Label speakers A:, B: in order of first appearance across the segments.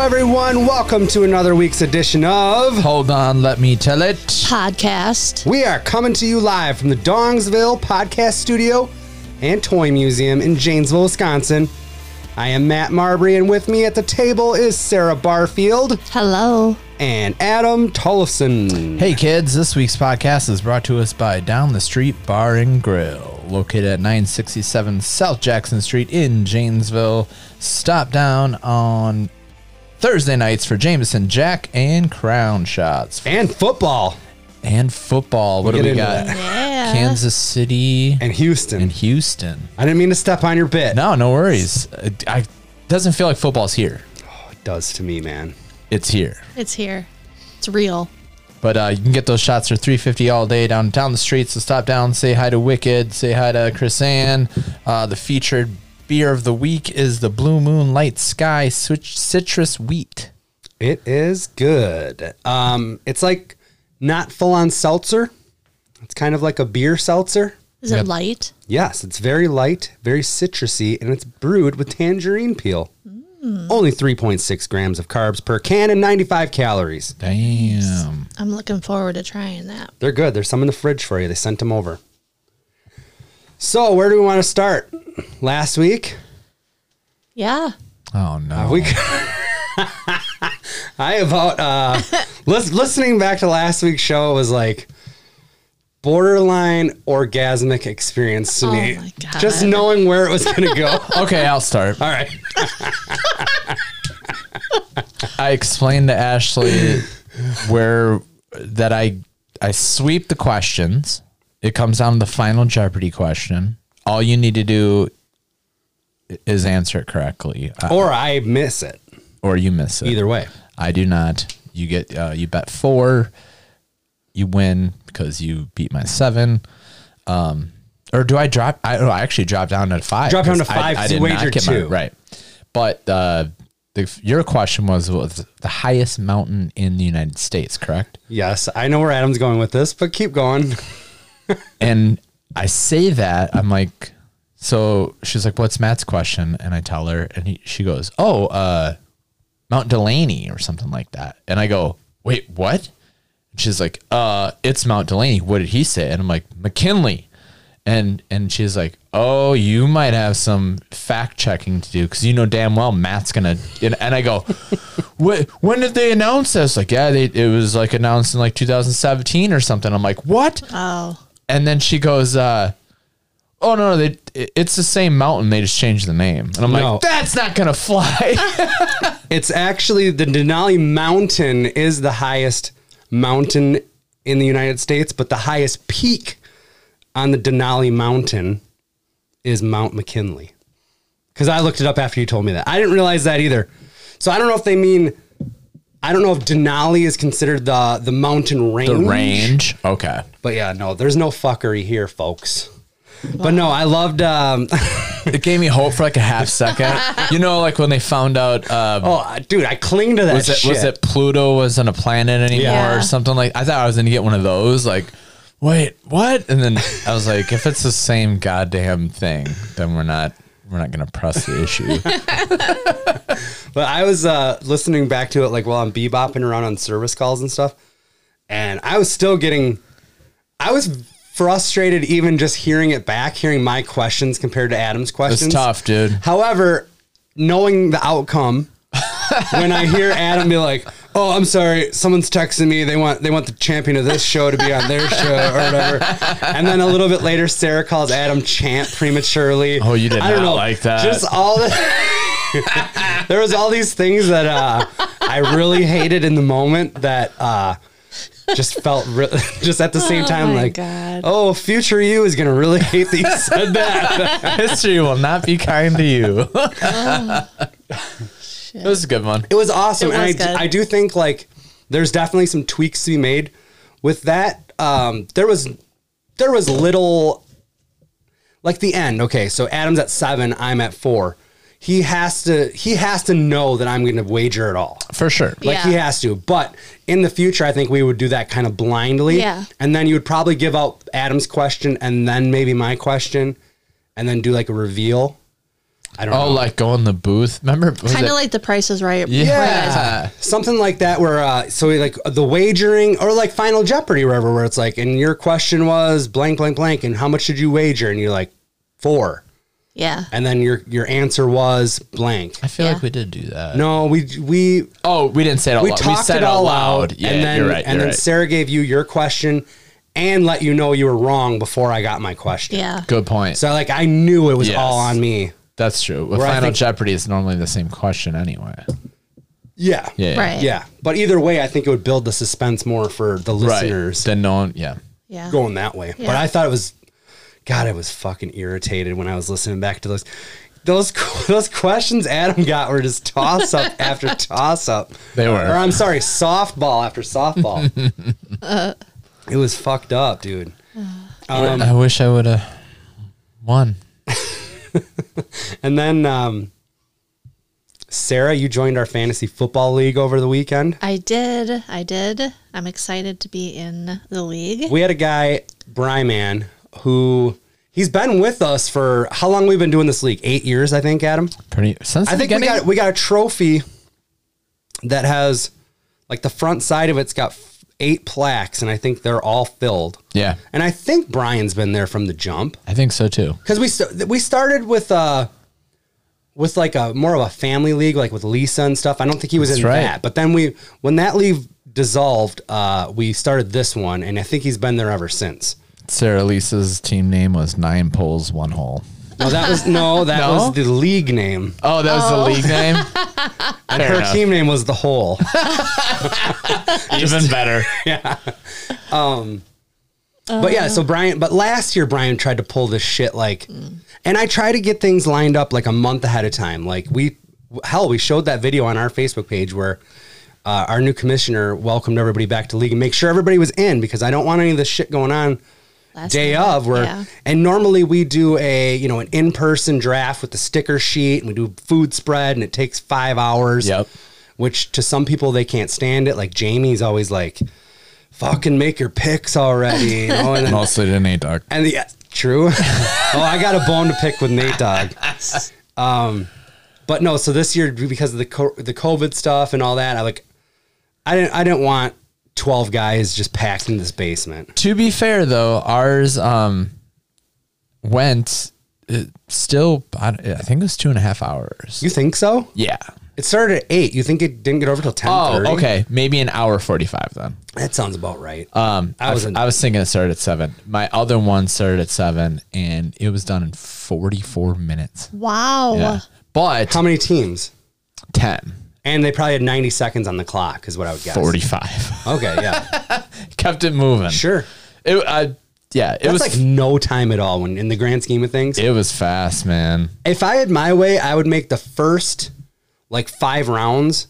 A: everyone. Welcome to another week's edition of.
B: Hold on, let me tell it.
C: podcast.
A: We are coming to you live from the Dongsville Podcast Studio and Toy Museum in Janesville, Wisconsin. I am Matt Marbury, and with me at the table is Sarah Barfield
C: Hello.
A: and Adam Tollefson.
B: Hey kids, this week's podcast is brought to us by Down the Street Bar and Grill, located at 967 South Jackson Street in Janesville. Stop down on Thursday nights for Jameson Jack and Crown Shots
A: And football.
B: and football. What
A: We'll get
B: do we
A: into
B: got?
A: that.
C: Yeah.
B: Kansas City
A: And Houston.
B: and Houston.
A: I didn't mean to step on your bit.
B: No, no worries. Uh, I doesn't feel like football's here.
A: Oh, It does to me, man.
B: It's here.
C: It's here. It's real.
B: But uh, you can get those shots for three fifty all day down down the street. So stop down, say hi to Wicked, say hi to Chris Ann. Uh, the featured beer of the week is the Blue Moon Light Sky Switch Citrus Wheat.
A: It is good. Um, it's like not full on seltzer. It's kind of like a beer seltzer.
C: Is it light?
A: Yes, it's very light, very citrusy, and it's brewed with tangerine peel.
C: Mm.
A: Only 3.6 grams of carbs per can and 95 calories.
B: Damn.
C: I'm looking forward to trying that.
A: They're good. There's some in the fridge for you. They sent them over. So, where do we want to start? Last week,
C: Yeah.
B: Oh no.
A: we I about uh lis- listening back to last week's show was like borderline orgasmic experience to
C: Oh
A: me.
C: my God.
A: Just knowing where it was going to go. All
B: okay, I'll start.
A: right.
B: I explained to Ashley where that I I sweep the questions. It comes down to the final Jeopardy question. All you need to do is answer it correctly, uh,
A: Or I miss it.
B: or you miss it.
A: Either way.
B: I do not. You get uh, you bet four, you win because you beat my seven. Um, or do I drop? I, oh, I actually dropped down to five.
A: Dropped down to
B: 'cause
A: five 'cause you wagered
B: my-
A: two.
B: right, but uh, the, your question was was the highest mountain in the United States, correct?
A: Yes, I know where Adam's going with this, but keep going.
B: And I say that I'm like, so she's like, "What's Matt's question?" And I tell her, and he, she goes, "Oh, uh, Mount Delaney or something like that." And I go, "Wait, what?" And she's like, "Uh, it's Mount Delaney. What did he say?" And I'm like, "McKinley." And and she's like, "Oh, you might have some fact checking to do because you know damn well Matt's gonna." And, and I go, "What? When did they announce this?" Like, yeah, they, it was like announced in like 2017 or something. I'm like, "What?"
C: Oh.
B: and then she goes, uh, "Oh no, they, it- it's the same mountain. They just changed the name." And I'm
A: No.
B: like, "That's not gonna fly."
A: It's actually the Denali Mountain is the highest mountain in the United States, but the highest peak on the Denali Mountain is Mount McKinley. Because I looked it up after you told me that. I didn't realize that either. So I don't know if they mean. I don't know if Denali is considered the the mountain range.
B: the range, okay.
A: but yeah, no, there's no fuckery here, folks. But no, I loved. Um,
B: It gave me hope for like a half second. you know, like when they found out uh,
A: oh, dude, I cling to that
B: was it
A: shit.
B: was it Pluto wasn't a planet anymore
C: Yeah.
B: or something like. I thought I was gonna get one of those. Like, wait, what? And then I was like, if it's the same goddamn thing, then we're not we're not gonna press the issue.
A: But I was uh, listening back to it like while I'm bebopping around on service calls and stuff, and I was still getting, I was frustrated even just hearing it back, hearing my questions compared to Adam's questions.
B: it's tough, dude.
A: However, knowing the outcome, when I hear Adam be like, "Oh, I'm sorry, someone's texting me. They want they want the champion of this show to be on their show or whatever," and then a little bit later, Sarah calls Adam champ prematurely.
B: Oh, you did not like that.
A: Just all the. there was all these things that uh, I really hated in the moment that uh, just felt re- just at the same
C: Oh
A: time
C: my
A: like,
C: God.
A: oh, future you is gonna really hate that you said that.
B: History will not be kind to you.
A: Oh,
B: It was a good one.
A: It was awesome.
C: It
A: and I,
C: was good.
A: I do think like there's definitely some tweaks to be made with that. Um, there was there was little like the end. Okay, so Adam's at seven, I'm at four. He has to he has to know that I'm going to wager at all.
B: For sure.
A: Like
C: Yeah.
A: he has to. But in the future, I think we would do that kind of blindly.
C: Yeah.
A: And then you would probably give out Adam's question and then maybe my question, and then do like a reveal. I don't
B: Oh,
A: know.
B: like go in the booth. Remember? was
C: Kind
B: it-
C: of like the Price is Right.
B: yeah.
A: something like that where uh so we, like the wagering or like final jeopardy or whatever where it's like and your question was blank blank blank and how much did you wager and you're like four
C: Yeah.
A: and then your your answer was blank
B: I feel like
C: Yeah.
B: we did do that.
A: no we we
B: Oh, we didn't say it out
A: we
B: loud.
A: talked
B: said
A: it all out
B: Yeah,
A: and then
B: you're right.
A: and
B: you're
A: then
B: right.
A: sarah gave you your question and let you know you were wrong before i got my question
C: Yeah.
B: Good point.
A: so like i knew it was
B: Yes.
A: all on me
B: That's true. With
A: Where I
B: Final
A: think-
B: Jeopardy, it's normally the same question anyway.
A: yeah
B: Yeah.
C: Right.
A: yeah but either way i think it would build the suspense more for the
B: Right.
A: listeners
B: Then no one, yeah.
C: Yeah.
A: going that way. But
C: Yeah.
A: I thought it was, God, I was fucking irritated when I was listening back to those. Those those questions Adam got were just toss up after toss up.
B: They were.
A: or I'm sorry, softball after softball. it was fucked up, dude. Um,
B: I wish I would have won.
A: and then um, Sarah, you joined our fantasy football league over the weekend.
C: I did. I did. I'm excited to be in the league.
A: We had a guy, Bryman, who he's been with us for how long? We've been doing this league, eight years, I think. Adam,
B: Pretty since
A: I
B: the
A: think we
B: beginning?
A: got we got a trophy that has like the front side of it's got f- eight plaques, and I think they're all filled.
B: Yeah.
A: and I think Brian's been there from the jump
B: I think so too.
A: because we st- we started with uh with like a more of a family league, like with Lisa and stuff. I don't think he was
B: That's
A: in
B: right.
A: that, but then we when that league dissolved, uh, we started this one, and I think he's been there ever since.
B: Sarah Lisa's team name was Nine Poles, One Hole.
A: No, that was no, that
B: No?
A: was the league name,
B: Oh, that was the league name?
A: and her
B: enough.
A: team name was the Hole.
B: Even better.
A: But yeah, so Brian, but last year Brian tried to pull this shit like, and I try to get things lined up like a month ahead of time. Like we, hell, we showed that video on our Facebook page where uh, our new commissioner welcomed everybody back to league and make sure everybody was in because I don't want any of this shit going on
C: Last
A: day
C: minute.
A: of where
C: Yeah.
A: and normally we do a you know an in-person draft with the sticker sheet and we do food spread and it takes five hours
B: Yep.
A: which to some people they can't stand it like jamie's always like fucking make your picks already you know and then
B: Mostly to Nate Dog.
A: and the true. oh, I got a bone to pick with Nate Dog. Um, but no. So this year, because of the co- the COVID stuff and all that, I like, I didn't I didn't want twelve guys just packed in this basement.
B: To be fair though, ours um went uh, still I, I think it was two and a half hours.
A: You think so?
B: Yeah.
A: It started at eight. You think it didn't get over till ten
B: Oh,
A: thirty?
B: okay. Maybe an hour forty five then.
A: That sounds about right.
B: Um,
A: I was
B: I was
A: in-
B: I was thinking it started at seven. My other one started at seven, and it was done in forty four minutes.
C: Wow.
B: Yeah, but
A: How many teams?
B: 10,
A: And they probably had ninety seconds on the clock, is what I would guess.
B: 45.
A: Okay, yeah,
B: kept it moving.
A: sure.
B: It, I, yeah, it
A: That's
B: was
A: like no time at all when in the grand scheme of things.
B: it was fast, man.
A: If I had my way, I would make the first like five rounds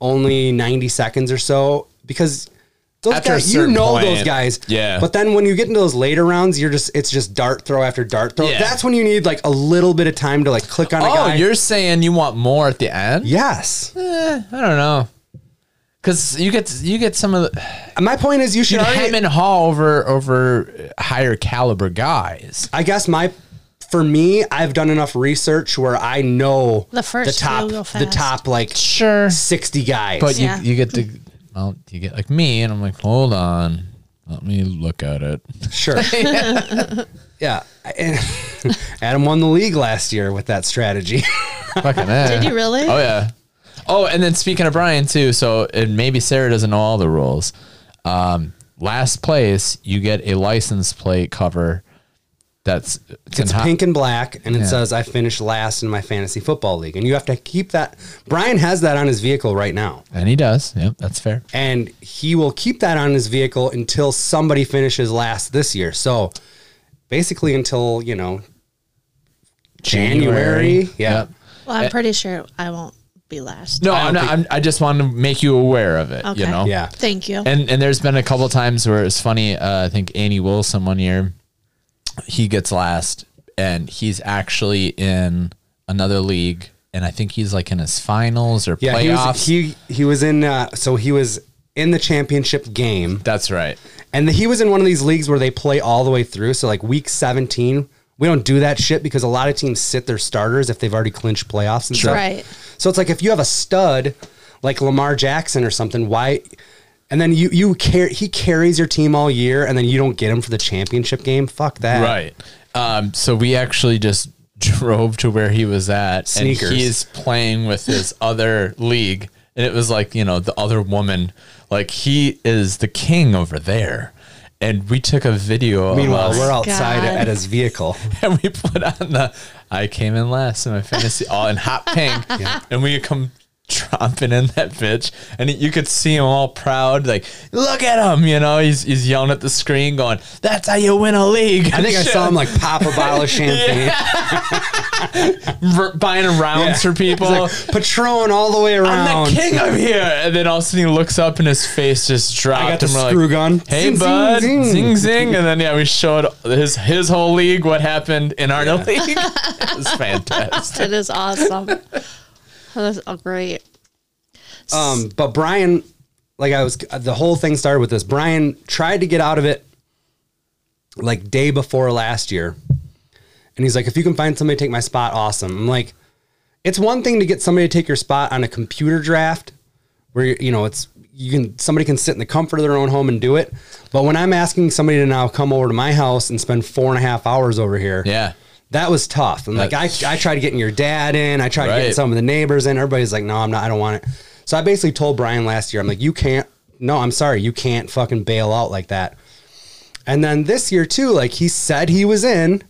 A: only 90 seconds or so because those
B: After a
A: guys, you
B: certain
A: know
B: point,
A: those guys.
B: yeah.
A: But then when you get into those later rounds, you're just, it's just dart throw after dart throw.
B: Yeah.
A: That's when you need like a little bit of time to like click on a
B: Oh,
A: guy.
B: you're saying you want more at the end?
A: yes.
B: Eh, I don't know, because you get you get some of the
A: My point is you should
B: you
A: already,
B: hem and haw over over higher caliber guys.
A: I guess my, for me, I've done enough research where I know
C: The first few
A: top,
C: go
A: the
C: fast.
A: top like
B: Sure,
A: 60 guys.
B: But
C: Yeah.
B: you you get to well, you get like me, and I'm like, hold on, let me look at it.
A: Sure. yeah. And Adam won the league last year with that strategy.
B: Fucking A.
C: Did you really?
B: Oh yeah. Oh, and then speaking of Brian too, so and maybe Sarah doesn't know all the rules. Um, last place, you get a license plate cover. That's it's, in
A: It's
B: hot-
A: pink and black, and it says, I finished last in my fantasy football league. And you have to keep that. Brian has that on his vehicle right now.
B: and he does. Yep, that's fair.
A: And he will keep that on his vehicle until somebody finishes last this year. So basically, until, you know, January. Yeah.
B: Yep.
C: Well, I'm pretty sure I won't be last.
B: eh. No,
A: I don't
B: I'm not. I'm, I just wanted to make you aware of it. You
C: Okay.
B: know.
A: Yeah.
C: Thank you.
B: And and there's been a couple times where it's funny. Uh, I think Andy Wilson one year, he gets last, and he's actually in another league, and I think he's like in his finals or
A: Yeah. He
B: playoffs.
A: was, he, he was in, uh, so he was in the championship game.
B: That's right.
A: And he was in one of these leagues where they play all the way through. So like week 17, We don't do that shit because a lot of teams sit their starters if they've already clinched playoffs and stuff.
C: Right.
A: So it's like if you have a stud like Lamar Jackson or something, why? And then you you care he carries your team all year, and then you don't get him for the championship game. Fuck that.
B: Right. Um, so we actually just drove to where he was at,
A: Sneakers.
B: and he's playing with his other league, and it was like you know the other woman, like he is the king over there, and we took a video.
A: Meanwhile,
B: of us,
A: we're outside
C: Oh God.
A: at his vehicle.
B: and we put on the I came in last in my fantasy, all in hot pink, and we come tromping in that bitch, and you could see him all proud, like look at him, you know, he's he's yelling at the screen, going, "That's how you win a league."
A: I think I saw him like pop a bottle of champagne,
B: r- buying rounds for people.
A: He's like, Patron all the way around.
B: I'm the king of here, and then all of a sudden he looks up and his face just dropped.
A: I got the
B: and we're
A: screw
B: like,
A: gun.
B: Hey,
A: Zing, zing,
B: bud,
A: zing."
B: zing, zing and then yeah, we showed his his whole league what happened in our league. it was fantastic.
C: That is awesome. That's all great.
A: Um, but Brian, like I was, the whole thing started with this. Brian tried to get out of it like day before last year. And he's like, if you can find somebody to take my spot, awesome. I'm like, it's one thing to get somebody to take your spot on a computer draft where, you know, it's, you can, somebody can sit in the comfort of their own home and do it. But when I'm asking somebody to now come over to my house and spend four and a half hours over here,
B: Yeah,
A: that was tough. And like I,
B: That's-
A: I tried getting your dad in. I tried getting
B: Right.
A: some of the neighbors in. Everybody's like, no, I'm not. I don't want it. So I basically told Brian last year, I'm like, you can't. No, I'm sorry, you can't fucking bail out like that. And then this year too, like he said he was in.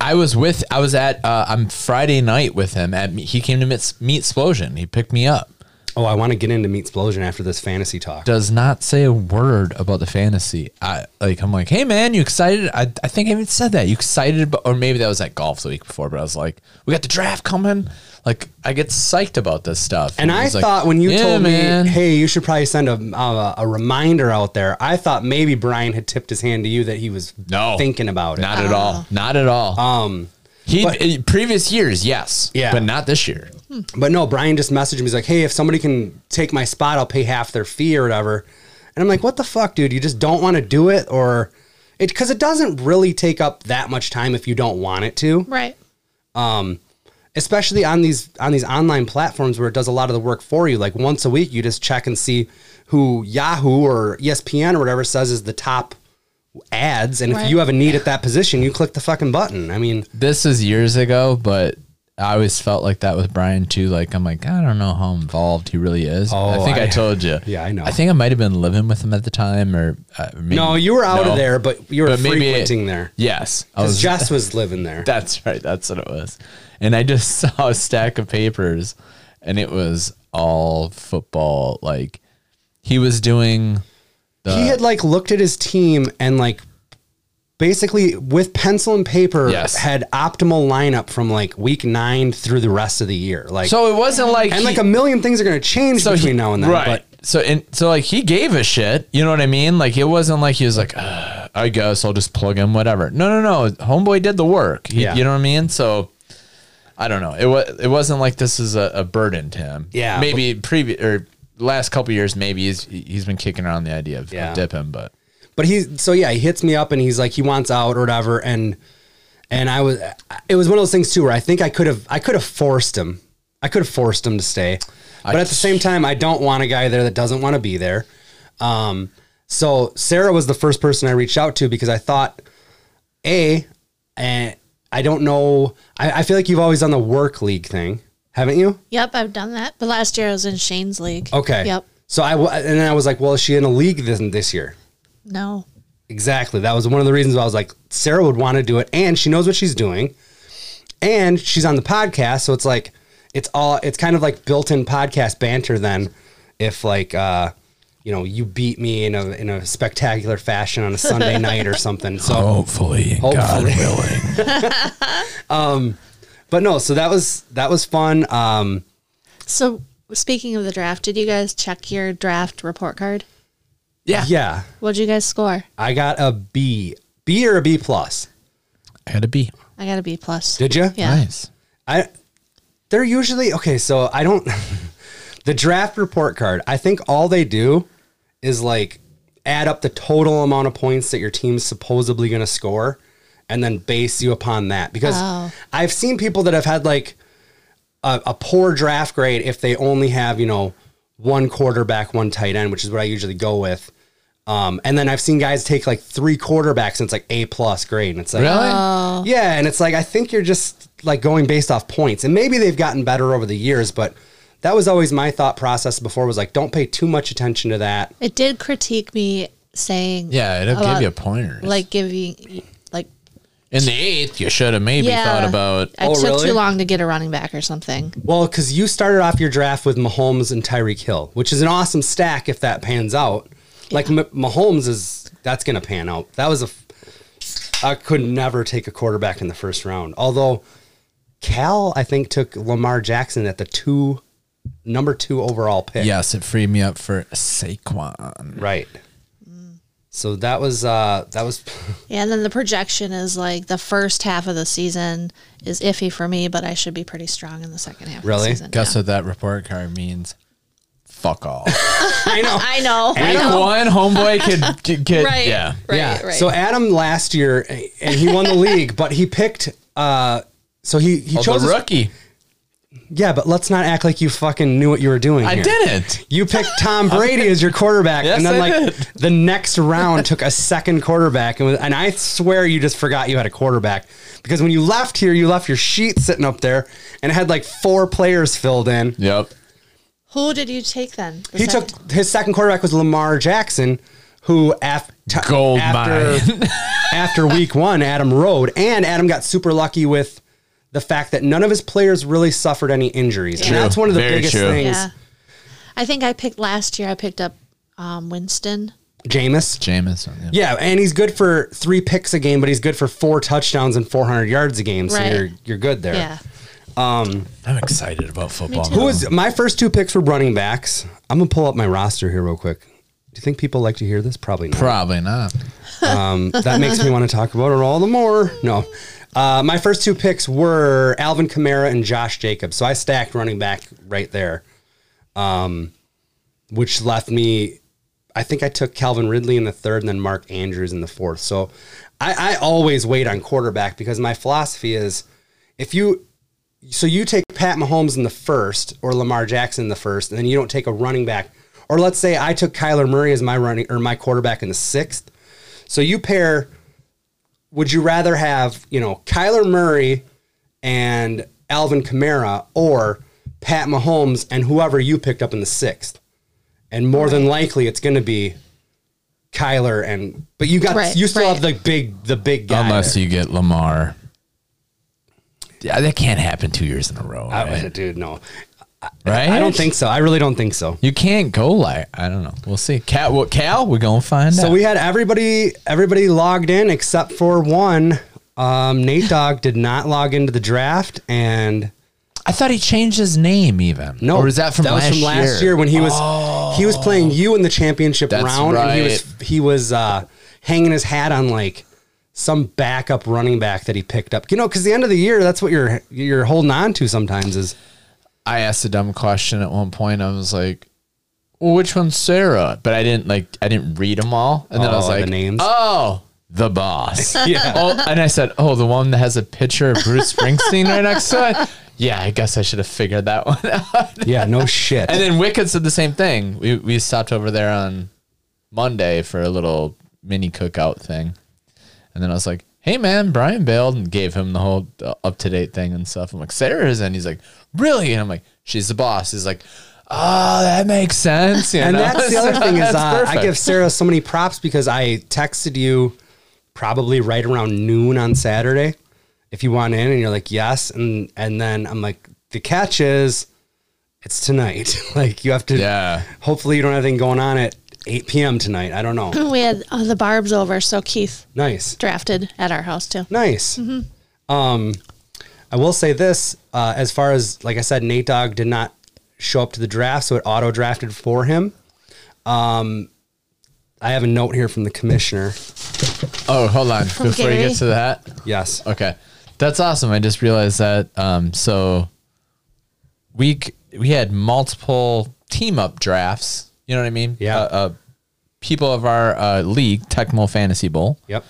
B: I was with I was at uh, I'm Friday night with him at he came to meet meet Splosion. He picked me up.
A: Oh, I want to get into Meat Explosion after this fantasy talk.
B: Does not say a word about the fantasy. I like I'm like, hey man, you excited? I, I think I even said that. You excited about or maybe that was at golf the week before, but I was like, we got the draft coming. Like I get psyched about this stuff.
A: And I
B: he's like,
A: thought when you
B: "Yeah,
A: told
B: man."
A: me, hey, you should probably send a, a a reminder out there. I thought maybe Brian had tipped his hand to you that he was
B: No.
A: thinking about it.
B: Not at all. Not at all.
A: Uh, um,
B: he in previous years, yes.
A: Yeah.
B: But not this year.
A: But no, Brian just messaged me. He's like, hey, if somebody can take my spot, I'll pay half their fee or whatever. And I'm like, what the fuck, dude? You just don't want to do it or it because it doesn't really take up that much time if you don't want it to,
C: Right.
A: especially on these on these online platforms where it does a lot of the work for you. Like once a week, you just check and see who Yahoo or E ESPN or whatever says is the top ads. And if
C: Right.
A: you have a need at that position, you click the fucking button. I mean,
B: This is years ago, but I always felt like that with Brian too. Like I'm like, I don't know how involved he really is.
A: Oh,
B: I think I,
A: I-
B: told you.
A: Yeah, I know.
B: I think I might have been living with him at the time, or uh, maybe,
A: no, you were out
B: no.
A: of there, but you were
B: But maybe-
A: frequenting there.
B: Yes, I
A: Because
B: was.
A: Jess was living there.
B: that's right. That's what it was. And I just saw a stack of papers, and it was all football. Like he was doing. The,
A: he had like looked at his team and like basically with pencil and paper
B: Yes.
A: had optimal lineup from like week nine through the rest of the year. Like
B: so it wasn't like
A: and
B: he-
A: like a million things are gonna change between
B: he-
A: now and then.
B: Right. so and so like he gave a shit. You know what I mean? Like it wasn't like he was like, "Ugh, I guess I'll just plug him, whatever. No, no, no. Homeboy did the work. He-
A: Yeah.
B: You know what I mean? So I don't know. It was it wasn't like this is a, a burden to him.
A: Yeah.
B: Maybe previous or last couple years, maybe he's he's been kicking around the idea of,
A: Yeah.
B: of dip him, but
A: But but he's so yeah, he hits me up and he's like he wants out or whatever and and I was it was one of those things too where I think I could have I could have forced him. I could have forced him to stay. But at the same time I don't want a guy there that doesn't want to be there. Um so Sarah was the first person I reached out to because I thought A, and I don't know. I, I feel like you've always done the work league thing, haven't you?
C: Yep, I've done that. But last year I was in Shane's league.
A: Okay.
C: Yep.
A: So I wa- and then I was like, well, is she in a league this this year?
C: No.
A: Exactly. That was one of the reasons why I was like, Sarah would want to do it, and she knows what she's doing, and she's on the podcast, so it's like, it's all, it's kind of like built-in podcast banter. Then, if like, uh, you know, you beat me in a in a spectacular fashion on a Sunday night or something. So
B: Oh. hopefully,
A: God
B: willing.
A: But no, so that was that was fun. Um,
C: So speaking of the draft, did you guys check your draft report card?
B: yeah. yeah.
A: yeah,
C: What'd you guys score?
A: I got a B, B or a B plus.
B: I had a B.
C: I got a B plus.
A: Did you?
C: Yeah.
B: Nice.
A: I. They're usually okay. So I don't. the draft report card. I think all they do is like add up the total amount of points that your team's supposedly going to score, and then base you upon that because
C: Oh.
A: I've seen people that have had like a, a poor draft grade if they only have you know one quarterback, one tight end, which is what I usually go with. Um, and then I've seen guys take like three quarterbacks and it's like A plus grade, and it's like
B: Really?
C: Um,
A: yeah, and it's like I think you're just like going based off points, and maybe they've gotten better over the years, but that was always my thought process before was like don't pay too much attention to that.
C: It did critique me saying,
B: yeah, it'll give
C: about-
B: you pointers.
C: like giving, like,
B: in the eighth, you should have maybe
C: yeah,
B: thought about.
C: I
A: Oh,
C: took
A: really?
C: too long to get a running back or something.
A: Well, because you started off your draft with Mahomes and Tyreek Hill, which is an awesome stack if that pans out. Like M- Mahomes is that's going to pan out. That was a f- I could never take a quarterback in the first round. Although Cal, I think, took Lamar Jackson at the two number two overall pick.
B: Yes, it freed me up for Saquon.
A: Right. So that was uh that was
C: Yeah, and then the projection is like the first half of the season is iffy for me, but I should be pretty strong in the second half of
A: Really?
C: the season.
B: Guess
C: yeah.
B: what that report card means? Fuck all.
A: I know.
C: I know. I
B: Week
C: know.
B: one, homeboy could d- get
C: Right.
B: yeah.
C: Right.
A: yeah.
C: Right.
A: So Adam last year and he won the league, but he picked uh so he he
B: Oh,
A: chose
B: the rookie.
A: Yeah, but let's not act like you fucking knew what you were doing.
B: I
A: here.
B: didn't.
A: You picked Tom Brady as your quarterback,
B: Yes,
A: and then
B: I
A: like
B: did.
A: the next round took a second quarterback, and was, and I swear you just forgot you had a quarterback because when you left here, you left your sheet sitting up there, and it had like four players filled in.
B: Yep.
C: Who did you take then? The
A: He
C: second-
A: took his second quarterback was Lamar Jackson, who after
B: Gold
A: after, after week one, Adam rode, and Adam got super lucky with the fact that none of his players really suffered any injuries,
B: True.
A: and that's one of the
B: Very
A: biggest
B: true.
A: things.
C: Yeah. I think I picked last year. I picked up um, Winston.
A: Jameis.
B: Jameson. Yeah.
A: Yeah, and he's good for three picks a game, but he's good for four touchdowns and 400 yards a game. So
C: Right.
A: you're you're good there.
C: Yeah.
B: I'm excited about football.
C: too.
A: Who is my first two picks were running backs? I'm gonna pull up my roster here real quick. Do you think people like to hear this? Probably not.
B: Probably not.
A: Um, that makes me want to talk about it all the more. No. Uh, my first two picks were Alvin Kamara and Josh Jacobs. So I stacked running back right there, um, which left me. I think I took Calvin Ridley in the third and then Mark Andrews in the fourth. So I, I always wait on quarterback because my philosophy is if you. So you take Pat Mahomes in the first or Lamar Jackson in the first, and then you don't take a running back. Or let's say I took Kyler Murray as my running or my quarterback in the sixth. So you pair. Would you rather have you know Kyler Murray and Alvin Kamara or Pat Mahomes and whoever you picked up in the sixth? And more than likely, it's going to be Kyler and. But you got
C: Right,
A: you still
C: right.
A: have the big the big guy.
B: Unless
A: there.
B: you get Lamar. Yeah, that can't happen two years in a row,
A: I-
B: right?
A: dude, no,
B: right?
A: I don't think so. I really don't think so.
B: you can't go like I don't know. We'll see. Cat, what Cal? We're gonna find out.
A: So we had everybody everybody logged in except for one. Um, Nate Dog did not log into the draft, and
B: I thought he changed his name even.
A: No,
B: or is that from
A: that
B: last Oh.
A: was from last year, when he was he was playing you in the championship
B: That's
A: round, and he was
B: right.
A: he was uh, hanging his hat on like some backup running back that he picked up. You know, because the end of the year, that's what you're you're holding on to sometimes is
B: I asked a dumb question at one point. I was like, "Well, which one's Sarah?" But I didn't like I didn't read them all, and then I
A: Oh,
B: was
A: the
B: like,
A: names.
B: "Oh, the boss."
A: Yeah.
B: Oh, and I said, "Oh, the one that has a picture of Bruce Springsteen right next to it." Yeah, I guess I should have figured that one out.
A: yeah, no shit.
B: And then Wicked said the same thing. We we stopped over there on Monday for a little mini cookout thing, and then I was like, "Hey man, Brian bailed," and gave him the whole up to date thing and stuff. I'm like, "Sarah's," and he's like, "Really?" And I'm like, "She's the boss." He's like, "Oh, that makes sense." you
A: and
B: know?
A: that's the other
B: So
A: thing is
B: that's
A: uh, I
B: perfect.
A: give Sarah so many props because I texted you probably right around noon on Saturday if you want in, and you're like yes, and and then I'm like the catch is it's tonight. like you have to
B: yeah.
A: Hopefully, you don't have anything going on at 8 p.m. tonight. I don't know.
C: We had uh, the Barb's over, so Keith
A: Nice.
C: drafted at our house too.
A: Nice. Um, I will say this uh, as far as, like I said, Nate Dogg did not show up to the draft, so it auto drafted for him. Um, I have a note here from the commissioner.
B: Oh, hold on before you
C: Gary?
B: get to that.
A: Yes.
B: Okay. That's awesome. I just realized that. Um, so we c- we had multiple team up drafts. You know what I mean?
A: Yeah.
B: Uh, uh, people of our uh, league, Tecmo Fantasy Bowl.
A: Yep.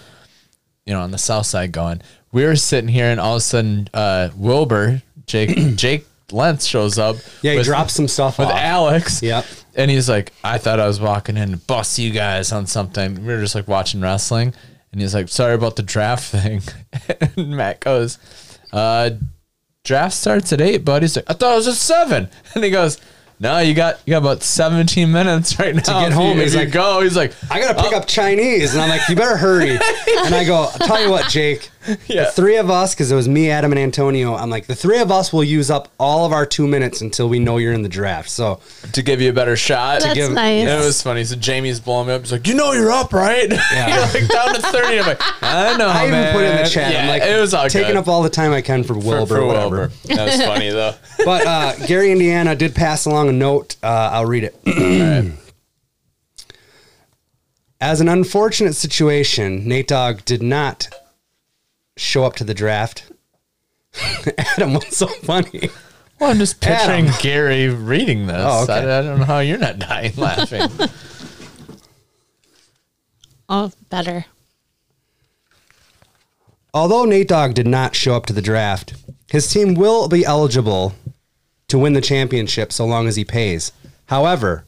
B: you know, on the south side going. We were sitting here, and all of a sudden, uh, Wilbur Jake Jake Lentz shows up.
A: Yeah, he
B: with-
A: drops some stuff
B: with
A: off.
B: Alex.
A: Yep.
B: And he's like, I thought I was walking in to bust you guys on something. We were just like watching wrestling. And he's like, sorry about the draft thing. and Matt goes, uh, draft starts at eight, buddy. He's like, I thought it was at seven. And he goes, No, you got you got about seventeen minutes right now.
A: get
B: If
A: home."
B: you-
A: He's
B: if you
A: like,
B: go. He's like,
A: I gotta pick up Chinese, and I'm like, you better hurry. and I go, I'll tell you what, Jake.
B: Yeah.
A: The three of us, because it was me, Adam, and Antonio. I'm like, the three of us will use up all of our two minutes until we know you're in the draft. So
B: to give you a better shot.
C: That's
A: give-
B: And
C: nice.
B: it was funny. So Jamie's blowing me up. He's like, "You know you're up, right?"
A: Yeah.
B: like down to thirty. I'm like, "I know,
A: I even
B: man."
A: put it in the chat.
B: Yeah,
A: I'm like,
B: it was all
A: taking
B: good.
A: up all the time I can for
B: for,
A: Wilbur.
B: for
A: whatever.
B: Wilbur. That was funny though.
A: but uh, Gary Indiana did pass along a note. Uh, I'll read it. As an unfortunate situation, Nate Dogg did not show up to the draft. Adam was so funny.
B: Well, I'm just
A: Adam.
B: picturing Gary reading this.
A: Oh, okay.
B: I, I don't know how you're not dying laughing.
C: Oh, better.
A: Although Nate Dogg did not show up to the draft, his team will be eligible to win the championship so long as he pays. However,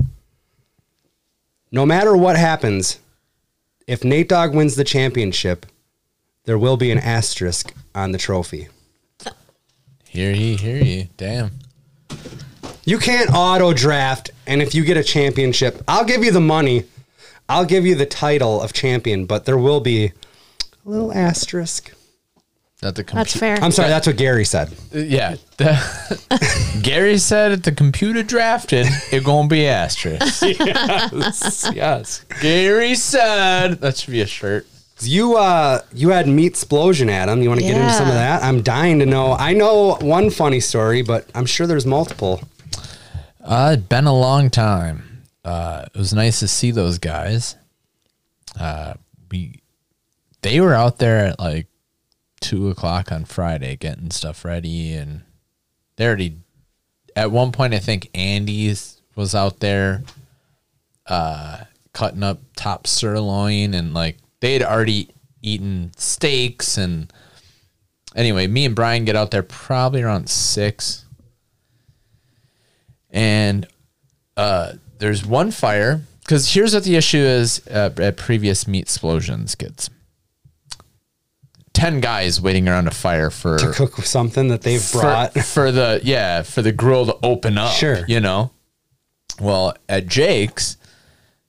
A: no matter what happens, if Nate Dogg wins the championship, there will be an asterisk on the trophy.
B: hear ye, hear ye. Damn.
A: You can't auto draft, and if you get a championship, I'll give you the money, I'll give you the title of champion, but there will be a little asterisk.
B: Not the computer.
C: That's fair.
A: I'm sorry, that's what Gary said.
B: Yeah. The- Gary said if the computer drafted, it gonna be asterisk. yes. yes. Gary said that should be a shirt.
A: You uh you had meat explosion, Adam. You want to get into some of
C: Yeah.
A: that? I'm dying to know. I know one funny story, but I'm sure there's multiple.
B: Uh, it's been a long time. Uh, it was nice to see those guys. Uh, we they were out there at like two o'clock on Friday getting stuff ready, and they already at one point I think Andy's was out there uh, cutting up top sirloin, and like they had already eaten steaks and. Anyway, me and Brian get out there probably around six and uh, there's one fire because here's what the issue is uh, at previous meat explosions gets 10 guys waiting around a fire for
A: Cook with something that they've
B: for-
A: brought.
B: for, the yeah for the grill to open up
A: Sure.
B: you know well at jake's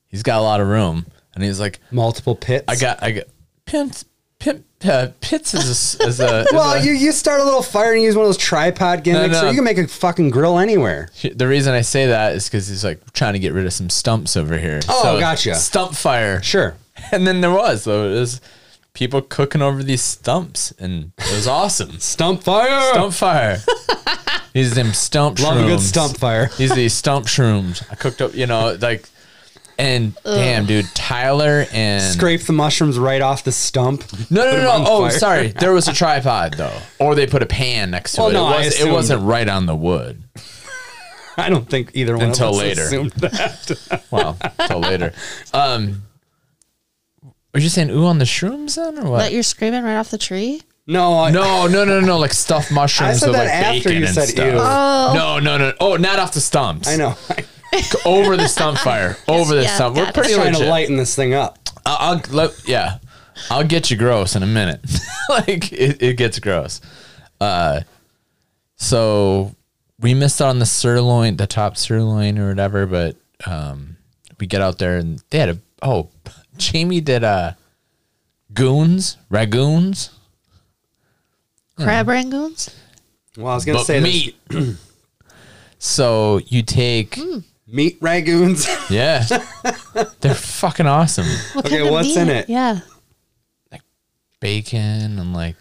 B: he's got a lot of room and he's like
A: Multiple pits.
B: i got i got pins pin, uh, pits is a, s- is a is
A: Well,
B: a-
A: you, you start a little fire and you use one of those tripod gimmicks,
B: uh, no.
A: or you can make a fucking grill anywhere.
B: The reason I say that is because he's like trying to get rid of some stumps over here.
A: Oh, gotcha.
B: Stump fire.
A: Sure.
B: And then there was, so it was people cooking over these stumps, and it was awesome.
A: Stump fire.
B: stump fire. These them stump
A: Love
B: shrooms.
A: a good stump fire.
B: These these stump shrooms. I cooked up, you know, like, and damn, dude, Tyler and
A: Scrape the mushrooms right off the stump.
B: no, no,
A: Put 'em
B: no,
A: on
B: no. Oh,
A: fire.
B: sorry. There was a tripod though, or they put a pan next to
A: Well,
B: it.
A: no,
B: it,
A: I
B: was, it
A: assumed-
B: wasn't right on the wood.
A: I don't think either one
B: Until
A: of us
B: later.
A: assumed that.
B: Well, until later. Um, were you saying ooh on the shrooms then, or
C: But
B: what?
C: you're screaming right off the tree.
A: No, I,
B: No, no, no, no, like stuffed mushrooms
A: said
B: with
A: that
B: like
A: after
B: bacon
A: you
B: and
A: said
B: stuff.
A: ew.
C: Oh.
B: No, no, no. Oh, not off the stumps.
A: I know.
B: Over the stump fire. Over the
C: Yeah,
B: stump. We're
C: got it.
B: pretty
A: trying
B: legit.
A: to lighten this thing up.
B: I'll, I'll let, yeah. I'll get you gross in a minute. like it, it gets gross. Uh, so we missed out on the sirloin, the top sirloin or whatever, but um, we get out there and they had a oh, Jamie did uh goons, ragoons,
C: Crab rangoons?
A: Well, I was gonna
B: but
A: say this.
B: meat. so you take
A: Hmm. meat ragoons.
B: yeah, they're fucking awesome.
C: What
A: Okay,
C: kind of
A: what's in
C: meat?
A: it?
C: Yeah.
B: Bacon and like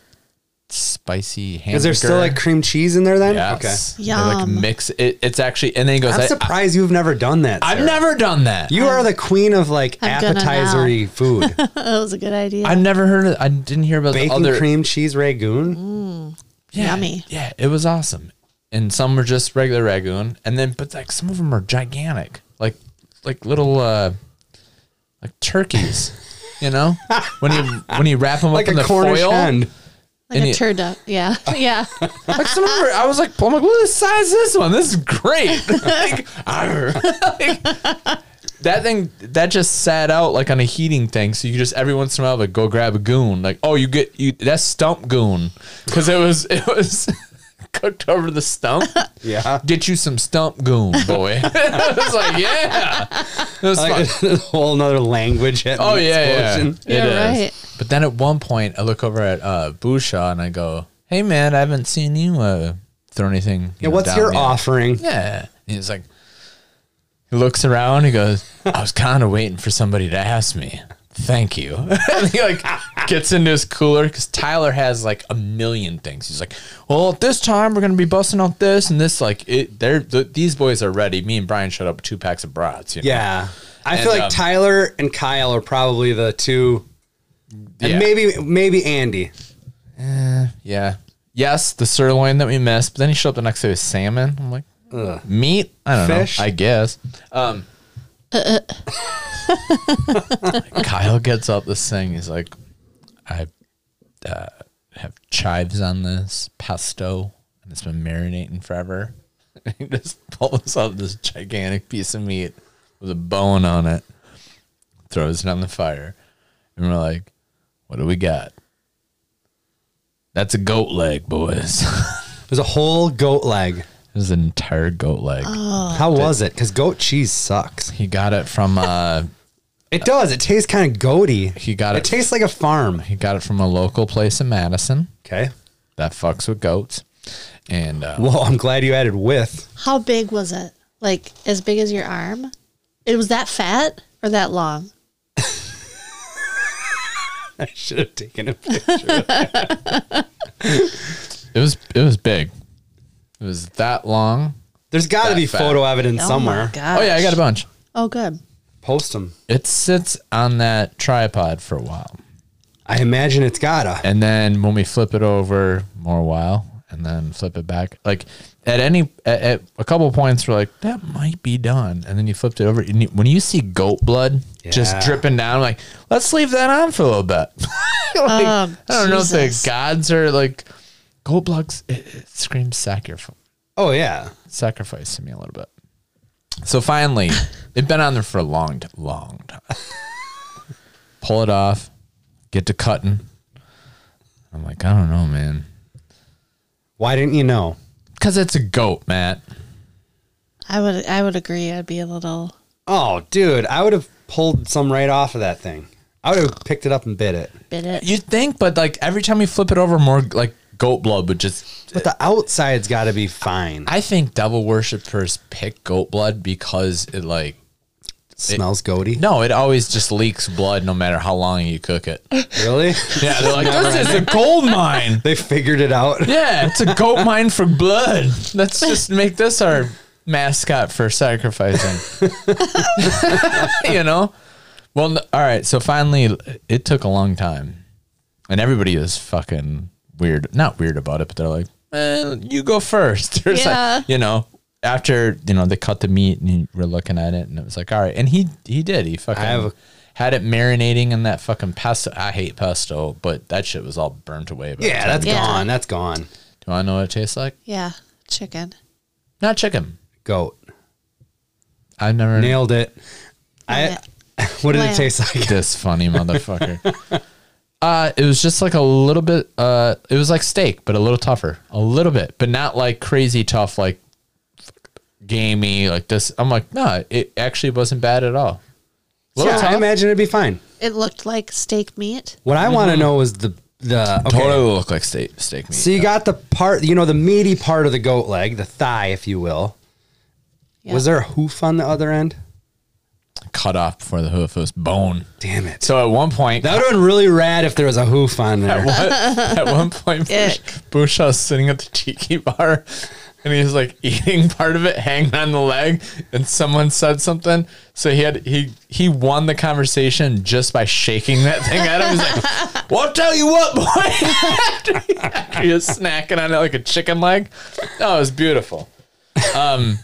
B: spicy hamburger.
A: Is there still like cream cheese in there then?
B: Yes.
C: Okay.
B: They, like
C: Yum.
B: mix it, it's actually and then he goes,
A: Okay.
B: I,
A: I'm surprised you've never done that.
B: have
A: Sarah.
B: never done that.
A: You are the queen of like
C: I'm gonna
A: appetizer food.
C: that was a good idea.
B: I never heard of I didn't hear about the
A: Bacon
B: other
A: cream cheese ragoon.
B: yeah,
C: Yummy.
B: Yeah, it was awesome. And some were just regular ragoon and then but like some of them are gigantic. Like like little uh like turkeys. You know, when you when you wrap them
A: like
B: up in
A: a
B: the
A: Cornish
B: foil,
A: hen.
C: Like
B: And
C: a
B: you-
C: turd duck. Yeah. Yeah.
B: like some of them are- I was like, I'm like, what size is this one? This is great. like, arr. Like, that thing that just sat out like on a heating thing, so you could just every once in a while like go grab a goon. Like, oh, you get you that's stump goon because it was it was cooked over the stump.
A: Yeah.
B: Get you some stump goon, boy. I was like, yeah. It was fun.
A: Like a whole nother language. at
B: Oh
A: the
B: yeah, yeah,
A: explosion.
C: Yeah,
B: It is.
C: right.
B: But then at one point, I look over at uh, Busha and I go, "Hey man, I haven't seen you uh, throw anything." you
A: Yeah,
B: know,
A: what's
B: down
A: your
B: yet."
A: offering?
B: Yeah, and he's like, he looks around. He goes, "I was kind of waiting for somebody to ask me." Thank you. and he like gets into his cooler because Tyler has like a million things. He's like, "Well, at this time we're gonna be busting out this and this." Like, it, they're th- these boys are ready. Me and Brian showed up with two packs of brats. You know?
A: Yeah. I
B: And,
A: feel like
B: um,
A: Tyler and Kyle are probably the two and
B: Yeah.
A: maybe maybe Andy.
B: Yeah. Yes, the sirloin that we missed, but then he showed up the next day with salmon. I'm like, meat? I don't
A: Fish?
B: know. I guess. Um, Kyle gets up this thing. He's like, I uh, have chives on this pesto, and it's been marinating forever. he just pulls up this gigantic piece of meat with a bone on it, throws it on the fire, and we're like, what do we got? That's a goat leg, boys.
A: There's a whole goat leg.
B: It was an entire goat leg.
A: How was it? Because goat cheese sucks.
B: He got it from uh
A: It does. It tastes kind of goaty.
B: he got
A: It
B: it
A: tastes like a farm.
B: he got it from a local place in Madison
A: Okay.
B: that fucks with goats. And uh,
A: Well, I'm glad you added with.
C: How big was it? Like as big as your arm? It was that fat or that long?
A: I should have taken a picture.
B: it was it was big. It was that long.
A: There's got to
B: That
A: be
B: fat.
A: photo evidence
C: Oh,
A: somewhere.
C: my gosh.
B: Oh yeah, I got a bunch.
C: Oh, good.
A: Post them.
B: It sits on that tripod for a while.
A: I imagine it's gotta.
B: and then when we flip it over more while and then flip it back like at any at, at a couple points we're like that might be done and then you flipped it over and you, when you see goat blood just
A: Yeah.
B: dripping down like let's leave that on for a little bit Like,
C: Oh,
B: i don't know if
C: Jesus.
B: the gods are like goat bloods it, it screams sacrifice
A: Oh yeah.
B: sacrifice to me a little bit so finally they've been on there for a long t- long time pull it off get to cutting i'm like i don't know man
A: Why didn't you know?
B: Because it's a goat, Matt.
C: I would I would agree. I'd be a little
A: Oh, dude, I would have pulled some right off of that thing. I would have picked it up and bit it.
C: bit it.
B: You'd think, but like every time you flip it over, more like goat blood would just.
A: But the outside's got to be fine.
B: I think devil worshippers pick goat blood because it like.
A: Smells goaty.
B: No, it always just leaks blood no matter how long you cook it.
A: Really?
B: Yeah, they're like, this is a gold mine.
A: they figured it out.
B: Yeah, it's a goat mine for blood. Let's just make this our mascot for sacrificing. you know? Well, n- all right. So finally, it took a long time. And everybody is fucking weird. Not weird about it, but they're like, eh, you go first. Or something,
C: Yeah.
B: you know? After, you know, they cut the meat and you we're looking at it and it was like, all right. And he he did. He fucking
A: I have a-
B: had it marinating in that fucking pesto. I hate pesto, but that shit was all burnt away. By the
A: Yeah,
B: time
A: that's
C: Yeah.
A: gone. That's gone.
B: do I know what it tastes like?
C: Yeah, chicken.
B: Not chicken.
A: Goat.
B: I've never
A: Nailed it. I.
C: Nailed
A: What did
C: Wow.
A: it taste like?
B: this funny motherfucker. uh, it was just like a little bit. Uh, it was like steak, but a little tougher, a little bit, but not like crazy tough, like gamey, like this. I'm like, no, it actually wasn't bad at all.
A: Yeah, I imagine it'd be fine.
C: It looked like steak meat.
A: What I
B: Mm-hmm.
A: want to know is the the. Okay.
B: Totally looked like steak, steak meat.
A: So you got the part, you know, the meaty part of the goat leg, the thigh, if you will.
C: Yeah.
A: Was there a hoof on the other end?
B: cut off before the hoof was bone.
A: Damn it.
B: So at one point,
A: That would have been really rad if there was a hoof on there.
B: at one point, Bush,
C: Ick.
B: Bush was sitting at the tiki bar and he was like eating part of it, hanging on the leg, and someone said something. So he had he he won the conversation just by shaking that thing at him. He's like, Well, I'll tell you what, boy. he was snacking on it like a chicken leg. Oh, it was beautiful. Um,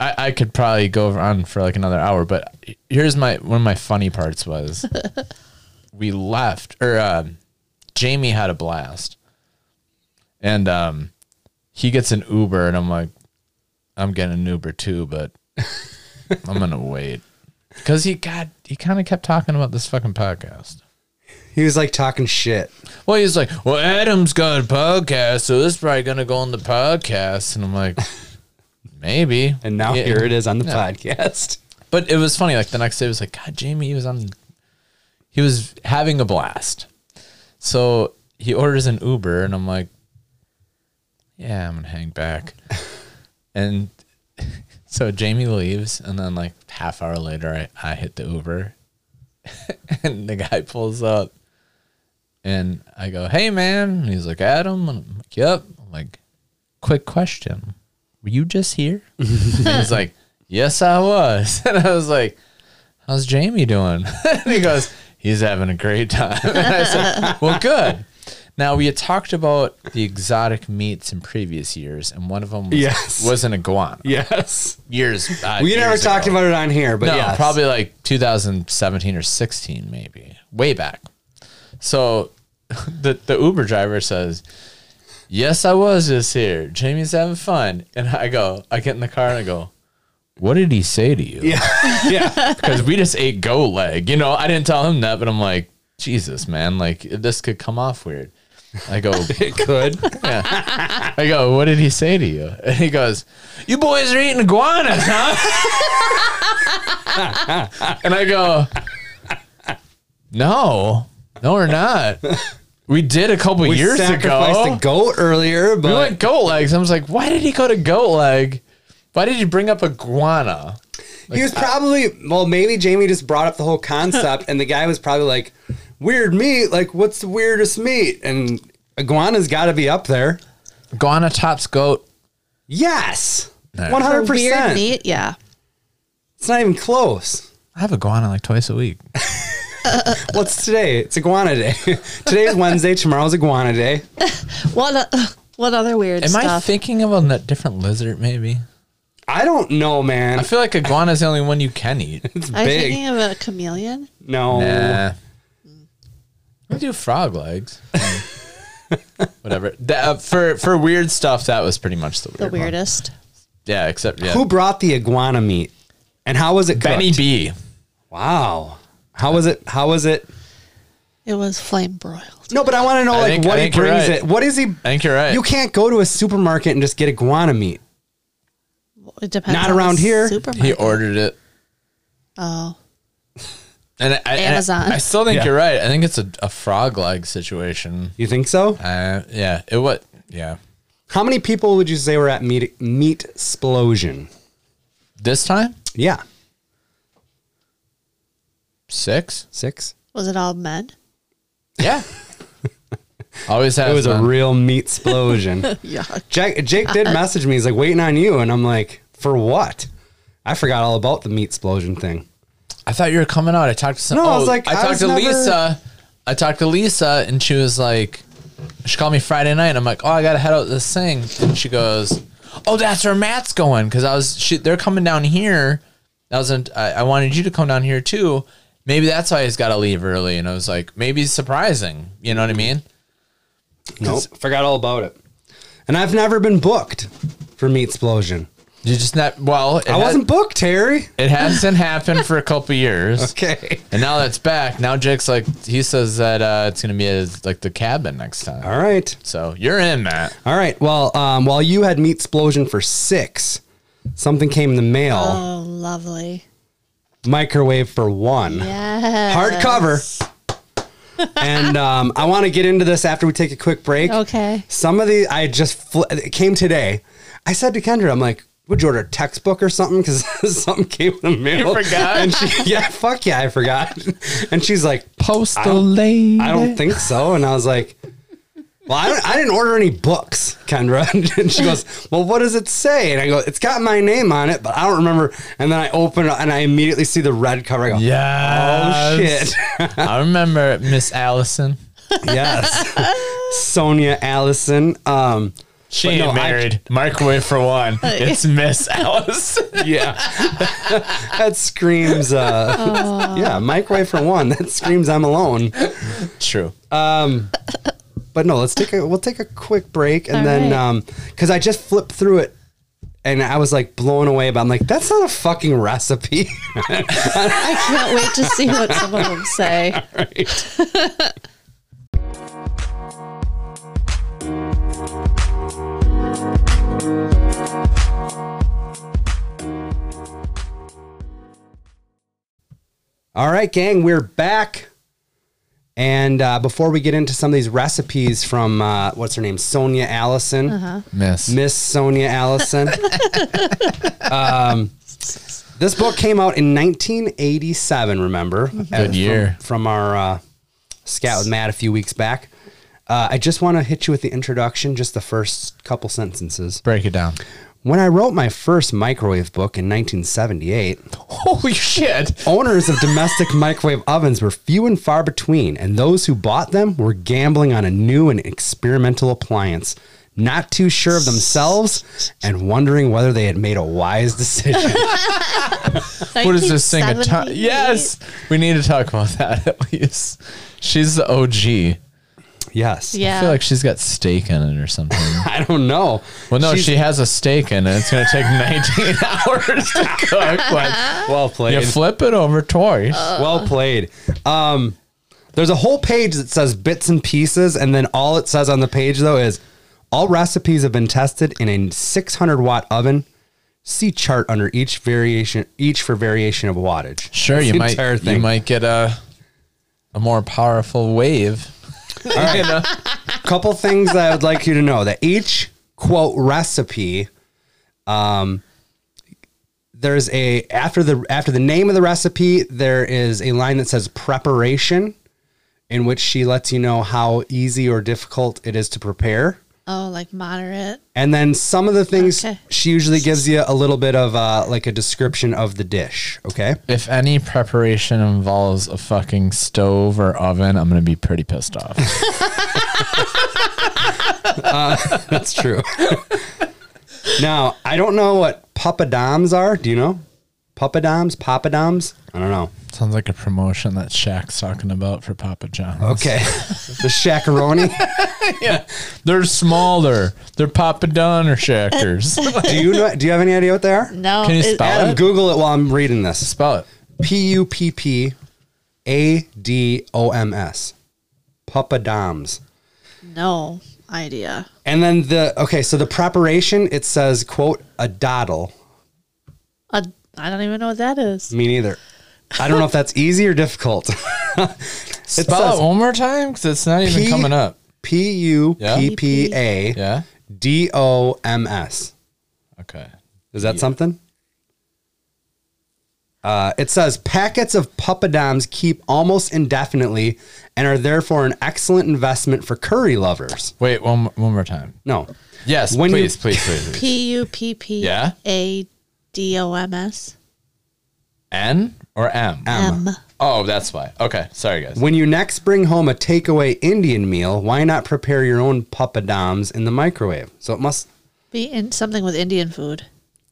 B: I, I could probably go on for like another hour, but here's my one of my funny parts was we left, or um, Jamie had a blast, and um, he gets an Uber, and I'm like, I'm getting an Uber too, but I'm gonna wait because he got he kind of kept talking about this fucking podcast.
A: He was like talking shit.
B: Well, he's like, well, Adam's got a podcast, so this is probably gonna go on the podcast, and I'm like, maybe.
A: And now
B: Yeah.
A: here it is on the podcast.
B: But it was funny. Like the next day, it was like, God, Jamie, he was on, he was having a blast. So he orders an Uber, and I'm like, yeah, I'm gonna hang back. and so Jamie leaves, and then like half hour later, I, I hit the Uber, and the guy pulls up, and I go, "Hey, man," and he's like, "Adam," and I'm like, "Yep." I'm like, "Quick question, were you just here?" and he's like, "Yes, I was," and I was like, "How's Jamie doing?" and he goes, "He's having a great time." and I said, "Well, good." Now we had talked about the exotic meats in previous years, and one of them was,
A: Yes.
B: was an iguana
A: Yes.
B: years. Uh,
A: We never
B: years
A: talked
B: ago.
A: about it on here, but
B: No,
A: yeah.
B: probably like 2017 or 16, maybe way back. So, the the Uber driver says, "Yes, I was just here. Jamie's having fun." And I go, I get in the car and I go, "What did he say to you?"
A: Yeah. yeah.
B: Because we just ate go leg. You know, I didn't tell him that, but I'm like, Jesus, man, like this could come off weird. I go,
A: It could.
B: I go, what did he say to you? And he goes, you boys are eating iguanas, huh? and I go, no, no, we're not. We did a couple
A: We
B: years
A: sacrificed
B: ago.
A: a goat earlier,
B: we
A: but
B: went goat legs. I was like, why did he go to goat leg? Why did you bring up iguana?
A: he was probably well. Maybe Jamie just brought up the whole concept, and the guy was probably like, "Weird meat. Like, what's the weirdest meat?" And iguana's got to be up there.
B: Iguana tops goat.
A: Yes,
B: Nah.
A: one
C: For
A: hundred
C: weird
A: percent.
C: meat, yeah.
A: It's not even close.
B: I have iguana like twice a week.
A: What's today? It's iguana day. Today's Wednesday. Tomorrow's iguana day.
C: What o- what other weird
B: Am I
C: stuff?
B: thinking of a different lizard, maybe?
A: I don't know, man.
B: I feel like iguana is the only one you can eat.
A: It's
C: Are you
A: big.
C: thinking of a chameleon?
A: No.
B: Nah. We do frog legs. Whatever. That, uh, for for weird stuff, that was pretty much the, weird
C: The
B: one.
C: weirdest.
B: Yeah, except yeah.
A: Who brought the iguana meat, and how was it?
B: Benny
A: cooked?
B: B.
A: Wow. How was it? How was it?
C: It was flame broiled.
A: No, but I want to know like
B: think-
A: what
B: I
A: he
B: think you're
A: brings
B: right.
A: it. What is he?
B: I think you're right.
A: You can't go to a supermarket and just get iguana meat.
C: It depends.
A: Not
C: on the
A: around here.
C: Supermarket.
B: he ordered it,
C: oh,
B: and I, I- and I-
C: Amazon.
B: I, still think
A: Yeah.
B: you're right. I think it's a, a frog leg situation.
A: You think so?
B: Uh, yeah. It what? Yeah.
A: How many people would you say were at meat meat explosion?
B: This time
A: Yeah,
B: six.
A: six.
C: was it all men?
B: Yeah. Always has.
A: It was a
B: been.
A: real meat explosion.
C: Yeah.
A: Jake, Jake did message me. He's like waiting on you, and I'm like, for what? I forgot all about the meat explosion thing.
B: I thought you were coming out. I talked to some.
A: No,
B: oh,
A: I
B: I,
A: was like, I
B: talked
A: was
B: to
A: never-
B: Lisa. I talked to Lisa, and she was like, she called me Friday night. I'm like, oh, I gotta head out to this thing. And she goes, oh, that's where Matt's going because I was. She, they're coming down here. That wasn't. I, I wanted you to come down here too. Maybe that's why he's got to leave early. And I was like, maybe it's surprising. You know what I mean?
A: Nope, forgot all about it. And I've never been booked for meat explosion.
B: You just not. Well, it
A: I
B: ha-
A: wasn't booked, Terry.
B: it hasn't happened for a couple years.
A: Okay.
B: And now that's back. Now Jake's like he says that uh, it's gonna be at like the cabin next time.
A: All right.
B: So you're in, Matt.
A: All right. Well, um, while you had meat explosion for six, something came in the mail.
C: Oh, lovely.
A: microwave for one.
C: Yeah.
A: Hardcover. and um, I want to get into this after we take a quick break.
C: Okay.
A: Some of the I just fl- it came today. I said to Kendra, I'm like, would you order a textbook or something? Because something came in the mail.
B: You forgot?
A: And she, yeah, fuck yeah, I forgot. And she's like,
B: Postal lady.
A: I don't think so. And I was like, well, I, don't, I didn't order any books, Kendra. And she goes, well, what does it say? And I go, it's got my name on it, but I don't remember. And then I open it and I immediately see the red cover. I go, Oh
B: Yeah.
A: shit.
B: I remember it, Miss Allison.
A: yes. Sonia Allison. Um
B: She
A: But
B: ain't
A: no, I-
B: married. Microwave for one. It's Miss Alice.
A: Yeah. that screams, uh, yeah, microwave for one. That screams I'm alone.
B: True.
A: But no, let's take a, we'll take a quick break and
C: All
A: then,
C: right.
A: um, cause I just flipped through it and I was like blown away, but I'm like, that's not a fucking recipe.
C: I can't wait to see what some of them say.
A: All right, gang, we're back. And uh, before we get into some of these recipes from uh, what's her name, Sonia Allison,
C: Uh-huh.
B: Miss.
A: Miss Sonia Allison. um, this book came out in 1987. Remember, Uh, from-
B: year.
A: from, our uh, scout with Matt a few weeks back. Uh, I just want to hit you with the introduction, just the first couple sentences.
B: Break it down.
A: When I wrote my first microwave book in 1978,
B: Holy shit.
A: Owners of domestic microwave ovens were few and far between, and those who bought them were gambling on a new and experimental appliance, not too sure of themselves and wondering whether they had made a wise decision.
B: What is this thing? A ton-
C: 1978.
B: yes. We need to talk about that at least. She's the OG.
A: yes.
B: I
C: Yeah.
B: feel like she's got steak in it or something.
A: I don't know.
B: Well, no,
A: She's-
B: she has a steak in it. It's going to take 19 hours to cook. But
A: well played.
B: you flip it over twice.
A: well played. Um, there's a whole page that says bits and pieces, and then all it says on the page though is all recipes have been tested in a 600 watt oven. See chart under each variation, each for variation of wattage.
B: sure,
A: That's
B: you
A: the
B: might
A: Entire thing.
B: you might get a a more powerful wave. You know?
A: couple things that I would like you to know that each quote recipe, um, there's a after the after the name of the recipe, there is a line that says preparation, in which she lets you know how easy or difficult it is to prepare.
C: oh, like moderate.
A: And then some of the things
C: Okay.
A: she usually gives you a little bit of uh, like a description of the dish. Okay.
B: If any preparation involves a fucking stove or oven, I'm going to be pretty pissed off.
A: That's true. now, I don't know what papadams are. Do you know? Papadams? Papadams? I don't know.
B: Sounds like a promotion that Shaq's talking about for Papa John's.
A: Okay. the shakaroni.
B: They're smaller. They're Papa Don or Shackers.
A: Do you know, do you have any idea what they are?
C: No.
B: Can you spell
A: Adam,
B: it?
A: Google it while I'm reading this.
B: Spell it.
A: P U P P A D O M S. Papadams.
C: No idea.
A: And then the okay, so the preparation it says quote a doddle.
C: I I don't even know what that is.
A: Me neither. I don't know if that's easy or difficult.
B: Spell
A: says-
B: it one more time because it's not even
A: P-
B: coming up.
A: P U P P A
B: Yeah.
A: D O M S.
B: Okay.
A: Is that something? Uh, it says packets of papadams keep almost indefinitely and are therefore an excellent investment for curry lovers.
B: Wait one mo- one more time.
A: No.
B: Yes,
A: When you-
B: please, please, please, please.
C: P U P P
B: Yeah?
C: A D O M S
B: N or M?
C: M.
B: Oh, that's why. Okay, sorry guys.
A: When you next bring home a takeaway Indian meal, why not prepare your own papadams in the microwave? So it must.
C: Be in something with Indian food.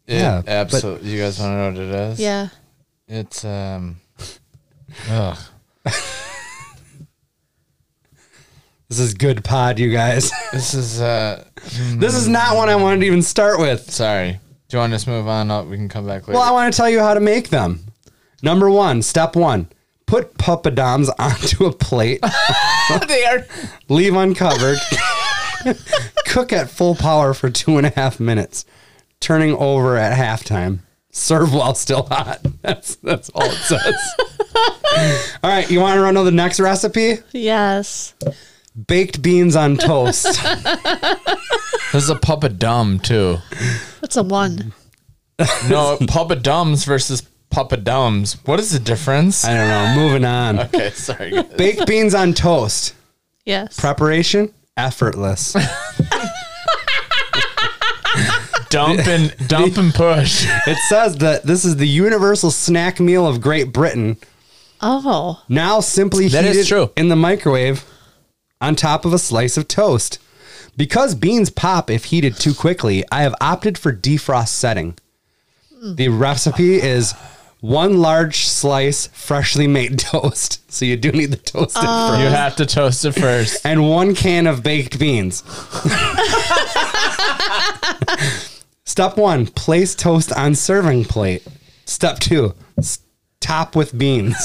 A: Yeah, but-
B: absolutely. You guys want to know what it is?
C: Yeah.
B: It's um. Ugh.
A: This is good pod, you guys.
B: This is uh.
A: this is not one I wanted to even start with.
B: Sorry. Do you want to just move on? Up? We can come back later.
A: Well, I want to tell you how to make them. Number one, step one put papadams onto a plate.
B: they are.
A: leave uncovered, cook at full power for two and a half minutes, turning over at halftime. Serve while still hot. That's that's all it says. all right, you want to know the next recipe?
C: Yes.
A: Baked beans on toast.
B: This is a Papa Dum too.
C: That's a one.
B: No, Papa Dums versus Papa Dums. What is the difference?
A: I don't know. Moving on.
B: okay, sorry. Guys.
A: Baked beans on toast.
C: Yes.
A: Preparation effortless.
B: dump and dump and push.
A: It says that this is the universal snack meal of Great Britain.
C: oh.
A: Now simply
B: That is
A: heated
B: true.
A: in the microwave on top of a slice of toast. Because beans pop if heated too quickly, I have opted for defrost setting. The recipe is one large slice freshly made toast. So you do need the toasted first.
B: You have to toast it first.
A: And one can of baked beans. Step one, place toast on serving plate. Step two, s- top with beans.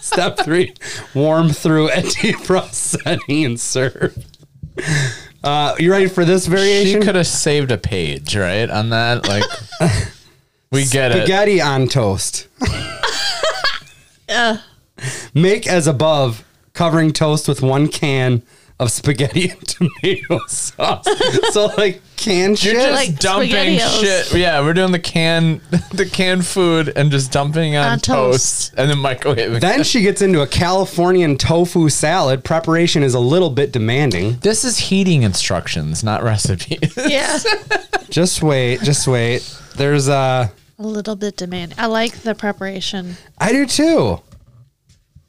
A: Step three, warm through at defrost setting and serve. Uh, you ready for this
B: She
A: variation?
B: could have saved a page, right? On that, like, we get it.
A: Spaghetti on toast. Make as above, covering toast with one can of spaghetti and tomato sauce. so like canned
B: You're
A: shit.
B: just
C: Like
B: dumping
C: SpaghettiOs.
B: shit. Yeah, we're doing the can, the canned food, and just dumping on,
C: On
B: toast.
C: toast.
B: and then microwave.
A: then she gets into a Californian tofu salad. Preparation is a little bit demanding.
B: this is heating instructions, not recipes.
C: Yeah.
A: Just wait, just wait. There's uh
C: a little bit demanding. I like the preparation.
A: I do too.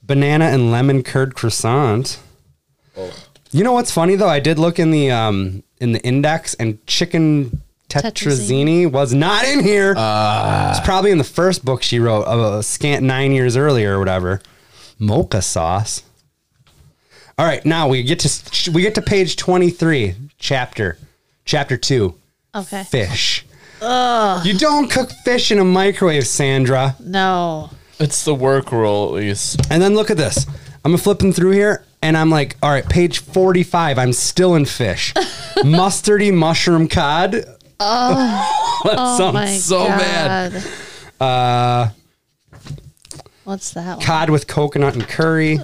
A: Banana and lemon curd croissant. You know what's funny though? I did look in the um in the index and chicken tetrazzini was not in here. it's probably in the first book she wrote, uh, scant nine years earlier or whatever. Mocha sauce. All right, now we get to we get to page twenty three, chapter chapter two,
C: Okay.
A: fish. You don't cook fish in a microwave, Sandra.
C: No.
B: It's the work rule, at least.
A: And then look at this. I'm flipping through here and I'm like, all right, page 45, I'm still in fish. Mustardy mushroom cod. Oh, that
C: My
A: sounds so bad.
C: God. Uh,
B: Uh,
C: What's that one?
A: Cod with coconut and curry.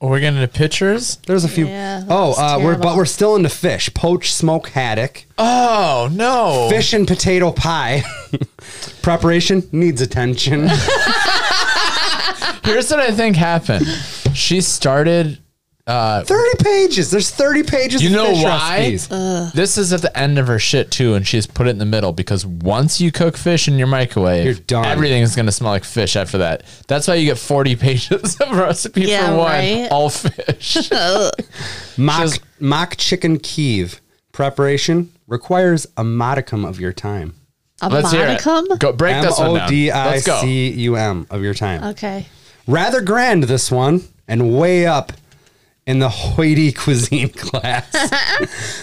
B: We're getting into pictures.
A: There's a few.
C: Yeah, that
A: oh,
C: was
A: uh, we're but
C: terrible.
A: we're still into fish. Poached smoke haddock,
B: Oh no!
A: fish and potato pie. Preparation needs attention.
B: Here's what I think happened. She started. Uh,
A: thirty pages. There's thirty pages.
B: you
A: of
B: know
A: fish
B: why? Uh,
A: recipes.
B: This is at the end of her shit too, and she's put it in the middle because once you cook fish in your microwave,
A: You're done.
B: Everything is gonna smell like fish after that. That's why you get 40 pages of recipe
C: Yeah,
B: for one,
C: right?
B: all fish.
A: Mock
B: Says-
A: mock chicken Kiev. Preparation requires a modicum of your time.
C: A
B: Let's hear it.
C: modicum?
B: Go break
A: M
B: this one
A: O
B: down.
A: D I
B: Let's go.
A: C U M of your time.
C: Okay.
A: Rather grand this one, and way up in the hoity cuisine class.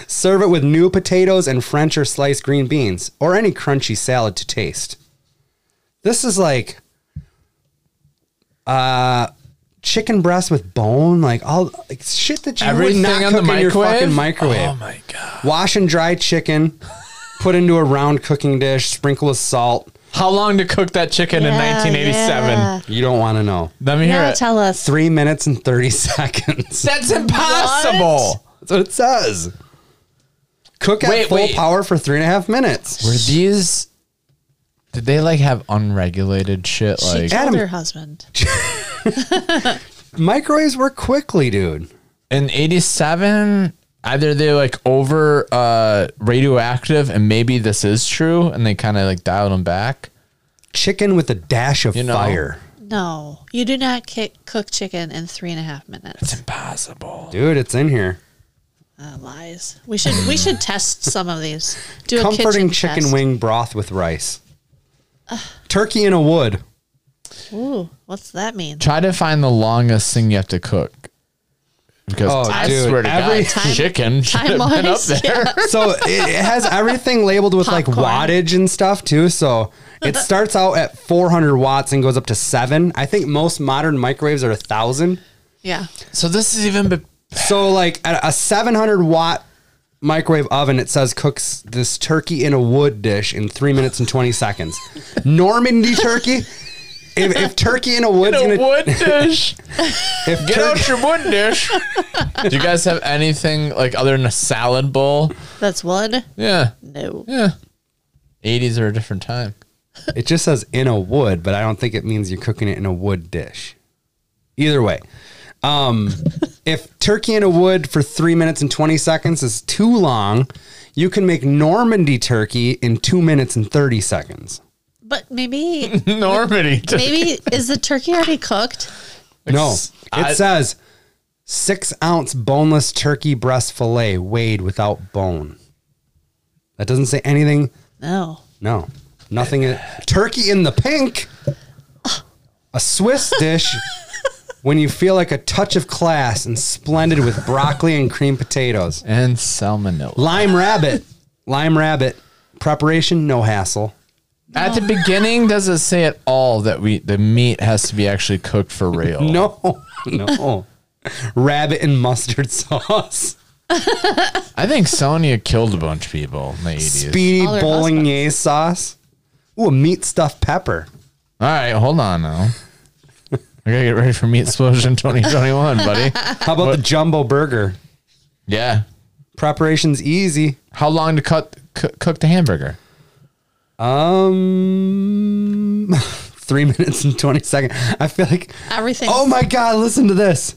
A: Serve it with new potatoes and French or sliced green beans, or any crunchy salad to taste. This is like uh chicken breast with bone, like all like shit that you
B: Everything
A: would not
B: on
A: cook
B: the
A: in your
B: microwave.
A: fucking microwave.
B: Oh my god!
A: Wash and dry chicken, put into a round cooking dish, sprinkle with salt.
B: How long to cook that chicken in
C: Yeah,
B: 1987?
C: yeah.
A: You don't want to know.
B: Let me hear
C: Now
B: it.
C: tell us.
A: Three minutes and 30 seconds.
B: That's impossible.
A: That's what it says. Cook at
B: Wait,
A: full
B: wait.
A: power for three and a half minutes.
B: Were these? Did they like have unregulated shit?
C: She
B: Like,
C: killed
A: Adam-
C: her husband.
A: Microwaves work quickly, dude.
B: in 87 either they like over uh radioactive and maybe this is true and they kind of like dialed them back
A: Chicken with a dash of
B: You know.
A: fire.
C: No, you do not ki cook chicken in three and a half minutes.
B: impossible
A: Dude, it's in here.
C: Uh, lies. We should we should test some of these. Do a
A: Comforting
C: kitchen
A: chicken
C: test.
A: wing broth with rice. Turkey in a wood.
C: Ooh, what's that mean?
B: try to find the longest thing you have to cook because
A: Oh,
B: i
A: dude,
B: swear to
A: every-
B: god
C: Time-
B: chicken should have been up
C: Time-wise,
B: there
C: yeah.
A: So it, it has everything labeled with like
C: Popcorn.
A: wattage and stuff too. So it starts out at 400 watts and goes up to seven. I think most modern microwaves are a thousand.
C: Yeah.
B: so this is even be-
A: So like at a 700 watt microwave oven, it says cooks this turkey in a wood dish in three minutes and 20 seconds. Normandy turkey. If, if turkey in a wood's
B: a
A: gonna,
B: wood dish
A: if
B: get
A: turkey,
B: out your wood dish do you guys have anything like other than a salad bowl
C: That's wood?
B: yeah
C: No.
B: yeah 80s are a different time
A: it just says in a wood, but I don't think it means you're cooking it in a wood dish. Either way, um, if turkey in a wood for three minutes and 20 seconds is too long, you can make Normandy turkey in two minutes and 30 seconds.
C: But maybe
B: normandy
C: maybe is the turkey already cooked?
A: No,
B: It's-
A: it
B: I-
A: says six ounce boneless turkey breast fillet weighed without bone. That doesn't say anything.
C: No.
A: No, nothing. In, turkey in the pink. A Swiss dish when you feel like a touch of class and splendid with broccoli and cream potatoes.
B: And salmonella.
A: Lime rabbit. Lime rabbit. Preparation, no hassle.
B: At the beginning, does it say at all that we the meat has to be actually cooked for real?
A: No, no. rabbit and mustard sauce.
B: I think Sonia killed a bunch of people in the eighties.
A: Speedy
C: All their
A: bolognese sauce. Ooh, a meat stuffed pepper.
B: all right, hold on now. I gotta get ready for meat explosion 2021, buddy.
A: How about the jumbo burger?
B: Yeah.
A: Preparation's easy.
B: How long to cut cook, cook the hamburger?
A: Um, three minutes and 20 seconds. I feel like.
C: Everything.
A: Oh my God, listen to this.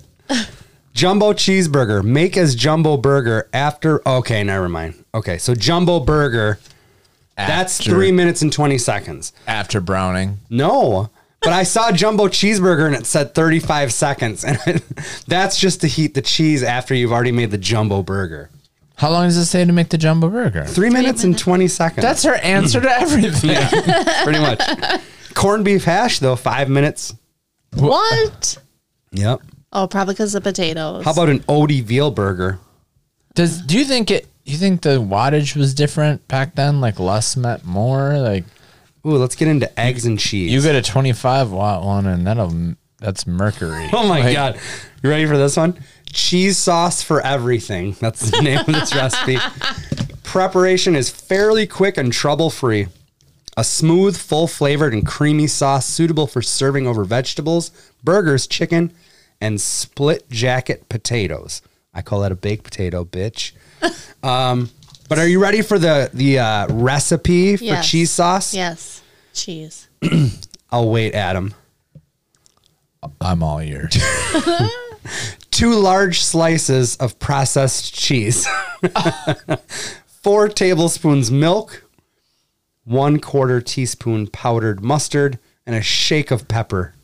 A: Jumbo cheeseburger. Make as jumbo burger after. Okay, never mind. Okay, so jumbo burger. That's
B: After-
A: three minutes and 20 seconds.
B: after browning.
A: No, but I saw jumbo cheeseburger and it said 35 seconds. And that's just to heat the cheese after you've already made the jumbo burger.
B: How long does it say to make the jumbo burger?
A: Three, minutes, and 20 seconds.
B: That's her answer to everything.
A: pretty much. Corned beef hash, though, five minutes.
C: What?
A: Yep.
C: Oh, probably because the potatoes.
A: How about an Odie veal burger?
B: Does do you think it? You think the wattage was different back then? Like less meant more. Like
A: Ooh, let's get into eggs and cheese.
B: you get a twenty-five watt one, and that'll that's mercury.
A: oh my
B: Like,
A: God. You ready for this one? Cheese sauce for everything. That's the name of this recipe. Preparation is fairly quick and trouble free. A smooth, full flavored, and creamy sauce suitable for serving over vegetables, burgers, chicken, and split jacket potatoes. I call that a baked potato, bitch. Um, but are you ready for the the uh, recipe for
C: Yes.
A: cheese sauce?
C: Yes. Cheese.
A: I'll wait, Adam.
B: I'm all ears.
A: two large slices of processed cheese, four tablespoons milk, one quarter teaspoon powdered mustard, and a shake of pepper.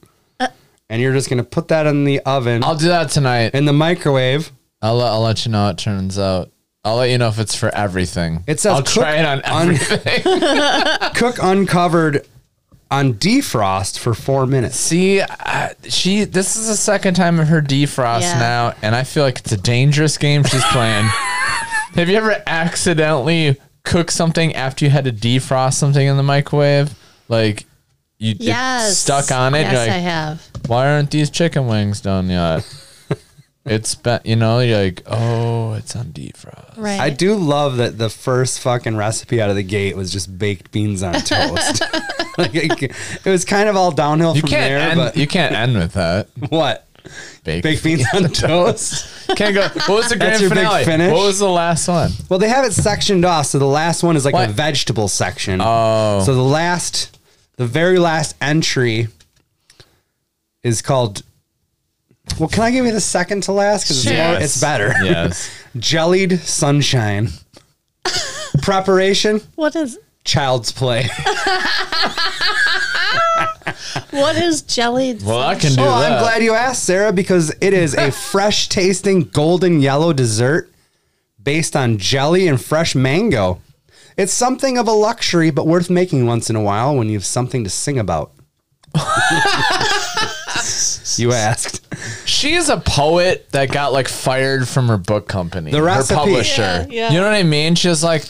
A: and you're just gonna put that in the oven
B: I'll do that tonight.
A: in the microwave.
B: I'll let, I'll let you know how it turns out. I'll let you know if it's for everything.
A: It says
B: I'll
A: cook
B: try it on everything.
A: Cook uncovered on defrost for four minutes.
B: See, I, she. This is the second time of her defrost
C: Yeah.
B: now, and I feel like it's a dangerous game she's playing. Have you ever accidentally cooked something after you had to defrost something in the microwave? Like you it
C: Yes.
B: stuck on it.
C: Yes,
B: you're like,
C: I have.
B: why aren't these chicken wings done yet? it's been, you know, you're like, oh, it's on defrost.
C: Right.
A: I do love that the first fucking recipe out of the gate was just baked beans on toast. like it, it was kind of all downhill
B: You
A: from
B: can't
A: there.
B: end.
A: but
B: You can't end with that.
A: what?
B: Baked,
A: Baked beans on toast.
B: Can't go. What was the grand
A: That's your big
B: finale?
A: finish?
B: What was the last one?
A: Well, they have it sectioned off, so the last one is like
B: What?
A: the vegetable section. Oh. So the last, the very last entry is called. Well, can I give you the second to last? Because it's, more-
B: Yes.
A: it's better.
B: Yes.
A: Jellied sunshine. Preparation,
C: what is
A: child's play.
C: what is jelly?
B: Well, I can do
A: Oh,
B: that.
A: I'm glad you asked, Sarah, because it is a fresh tasting golden yellow dessert based on jelly and fresh mango. It's something of a luxury, but worth making once in a while when you have something to sing about. you asked.
B: She is a poet that got like fired from her book company,
A: The
B: her
A: recipe.
B: publisher.
C: Yeah, yeah.
B: You know what I mean? She was like,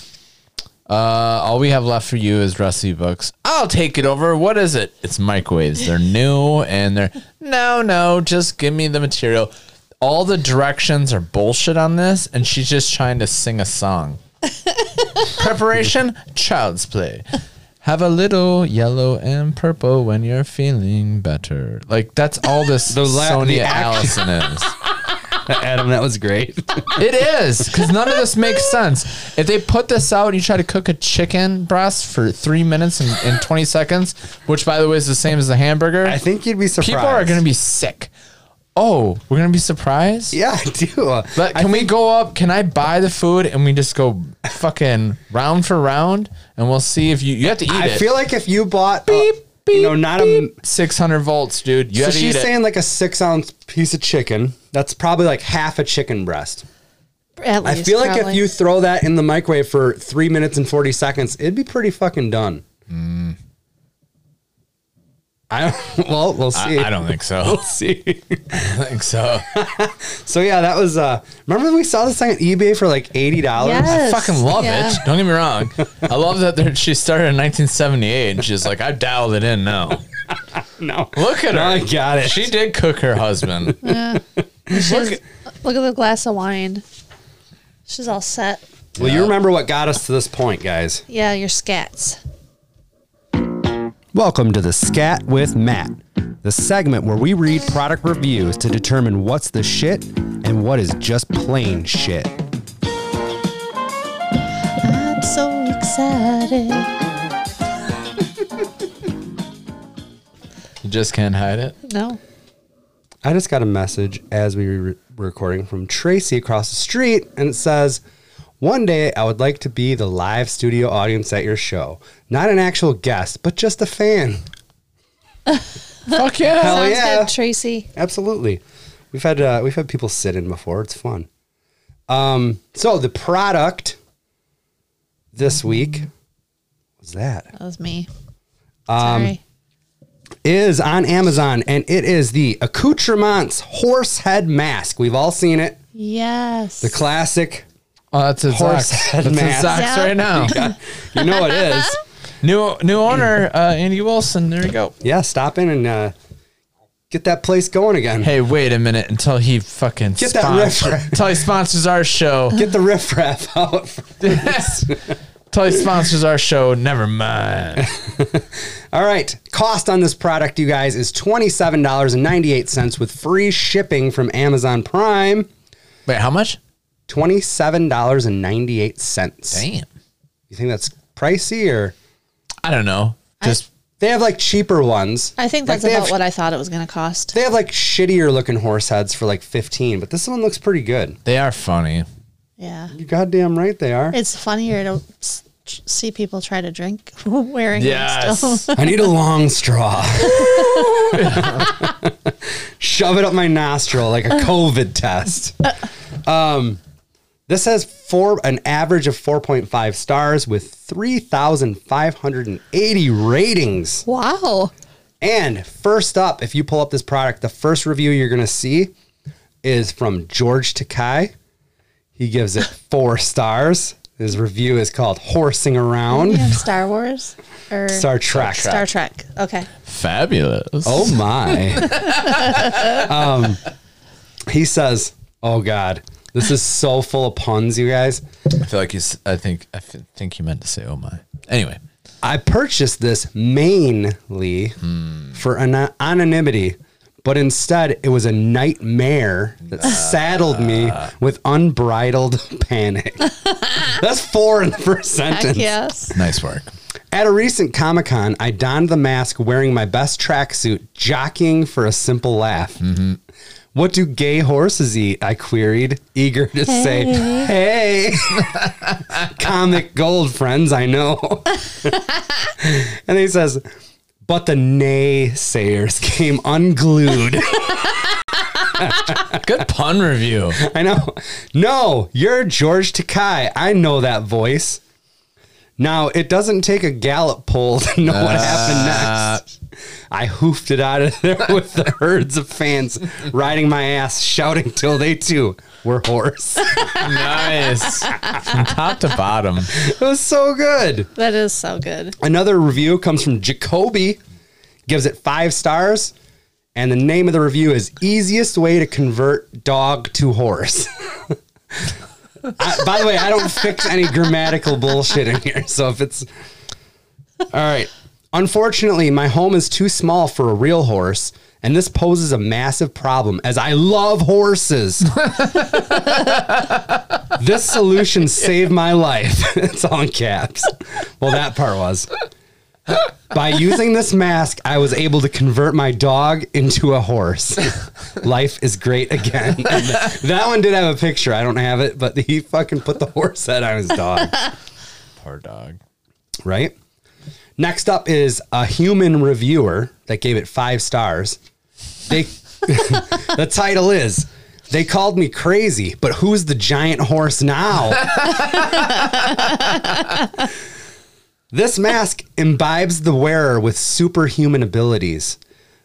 B: uh, "All we have left for you is recipe books. I'll take it over. What is it? It's microwaves. They're new and they're no, no. Just give me the material. All the directions are bullshit on this, and she's just trying to sing a song. Preparation, child's play. Have a little yellow and purple when you're feeling better. Like that's all this
A: The la- the
B: Sonia
A: act-
B: Allison is.
A: Adam, that was great.
B: It is because none of this makes sense. If they put this out and you try to cook a chicken breast for three minutes and, and twenty seconds, which by the way is the same as the hamburger,
A: I think you'd be surprised.
B: people are going to be sick. Oh, we're going to be surprised.
A: Yeah, I do.
B: But can we go up? Can I buy the food and we just go fucking round for round and we'll see if you you have to eat
A: I
B: it.
A: feel like if you bought. uh,
B: Beep.
A: you know, not a.
B: 600 volts, dude. You
A: So
B: gotta
A: she's
B: eat it.
A: saying like a six ounce piece of chicken. That's probably like half a chicken breast.
C: At
A: I
C: least,
A: feel like
C: probably.
A: if you throw that in the microwave for three minutes and 40 seconds, it'd be pretty fucking done.
B: Mm.
A: I well, we'll see.
B: I, I don't think so.
A: see.
B: I don't think so.
A: So yeah, that was. uh Remember when we saw this thing on eBay for like eighty dollars?
C: Yes.
B: I fucking love
C: Yeah.
B: it. Don't get me wrong. I love that there- she started in 1978 and she's like, I've dialed it in now.
A: No,
B: Look at her.
A: I got it.
B: She did cook her husband.
C: She's- look, at the glass of wine. She's all set.
A: Well, you remember what got us to this point, guys?
C: Yeah, your scats.
A: Welcome to the Scat with Matt, the segment where we read product reviews to determine what's the shit and what is just plain shit.
C: I'm so excited.
B: You just can't hide it.
C: No.
A: I just got a message as we were recording from Tracy across the street, and it says, One day I would like to be the live studio audience at your show. Not an actual guest, but just a fan.
B: Fuck yeah.
A: Hell
C: Sounds
A: yeah.
C: good, Tracy.
A: Absolutely. We've had uh, we've had people sit in before. It's fun. Um, so the product this week was that
C: That was me.
A: Um,
C: Sorry.
A: is on Amazon, and it is the accoutrements horse head mask. We've all seen it.
C: Yes.
A: The classic.
B: Oh, that's his
A: Horse
B: socks.
A: head
B: That's his
A: mask.
B: socks
C: Yeah.
B: right now.
A: You know it is.
B: New new owner, uh, Andy Wilson. There you go.
A: Yeah, stop in and uh, get that place going again.
B: Hey, wait a minute until he fucking
A: Get that
B: sponsor-
A: riff raff.
B: until he sponsors our show.
A: Get the riffraff out.
B: until he sponsors our show. Never mind.
A: All right. Cost on this product, you guys, is $27.98 with free shipping from Amazon Prime.
B: Wait, how much?
A: $27.98.
B: Damn.
A: You think that's pricey or?
B: I don't know. Just
A: They have like cheaper ones.
C: I think that's
A: like they
C: about
A: have,
C: what I thought it was going to cost.
A: They have like shittier looking horse heads for like 15, but this one looks pretty good.
B: they are funny.
C: Yeah.
A: You're goddamn right they are.
C: It's funnier to s- see people try to drink wearing them still.
B: Yes.
A: I need a long straw. Shove it up my nostril like a COVID test. Um, this has four an average of 4.5 stars with 3,580 ratings.
C: Wow.
A: And first up, if you pull up this product, the first review you're gonna see is from George Takai. He gives it four stars. His review is called Horsing
C: You
A: Around
C: have Star Wars or
A: Star Trek.
C: Star Trek. Okay.
B: Fabulous.
A: Oh my. um, he says, "Oh God, this is so full of puns, you guys."
B: I feel like he's. I think. I f- think he meant to say, "Oh my." Anyway,
A: I purchased this mainly for an- anonymity, but instead it was a nightmare that saddled me with unbridled panic. That's four in the first
C: Heck
A: sentence.
C: yes.
B: nice work.
A: At a recent Comic Con, I donned the mask wearing my best tracksuit, jockeying for a simple laugh. What do gay horses eat? I queried, eager to say, hey, comic gold friends, I know. and he says, but the naysayers came unglued.
B: Good pun review.
A: I know. No, you're George Takai. I know that voice. Now, it doesn't take a Gallup poll to know what happened next. I hoofed it out of there with the herds of fans riding my ass, shouting till they too were hoarse.
B: nice. From top to bottom.
A: It was so good.
C: That is so good.
A: Another review comes from Jacoby, gives it five stars, and the name of the review is Easiest Way to Convert Dog to Horse. I, by the way, I don't fix any grammatical bullshit in here, so if it's. All right. Unfortunately, my home is too small for a real horse, and this poses a massive problem as I love horses. this solution saved my life. it's all in caps. Well, that part was. By using this mask, I was able to convert my dog into a horse. Life is great again. And th- that one did have a picture. I don't have it, but he fucking put the horse head on his dog,
B: Poor dog.
A: right? Next up is a human reviewer that gave it five stars. They, the title is They Called Me Crazy, but Who's the Giant Horse Now? this mask imbibes the wearer with superhuman abilities.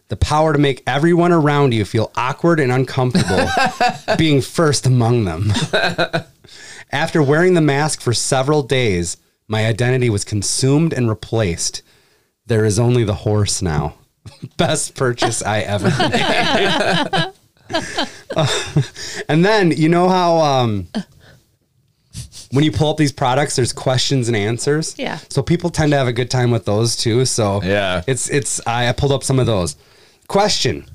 A: The power to make everyone around you feel awkward and uncomfortable being first among them. After wearing the mask for several days, my identity was consumed and replaced. There is only the horse now. Best purchase I ever made. Uh, and then you know how um, when you pull up these products, there's questions and answers.
C: Yeah.
A: So people tend to have a good time with those too. So
B: Yeah.
A: it's it's I, I pulled up some of those. Question: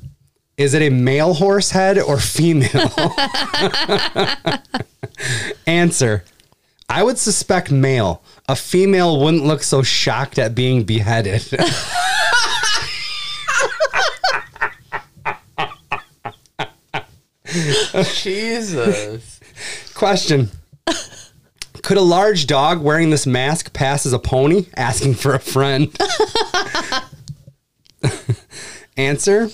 A: Is it a male horse head or female? Answer. I would suspect male. A female wouldn't look so shocked at being beheaded.
B: Jesus.
A: Question. Could a large dog wearing this mask pass as a pony? Asking for a friend. Answer.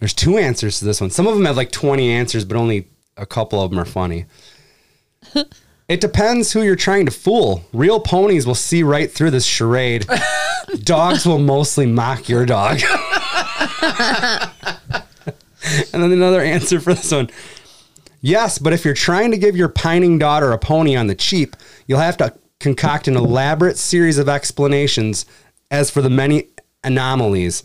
A: There's two answers to this one. Some of them have like 20 answers, but only a couple of them are funny. It depends who you're trying to fool. Real ponies will see right through this charade. Dogs will mostly mock your dog. and then another answer for this one. Yes, but if you're trying to give your pining daughter a pony on the cheap, you'll have to concoct an elaborate series of explanations as for the many anomalies.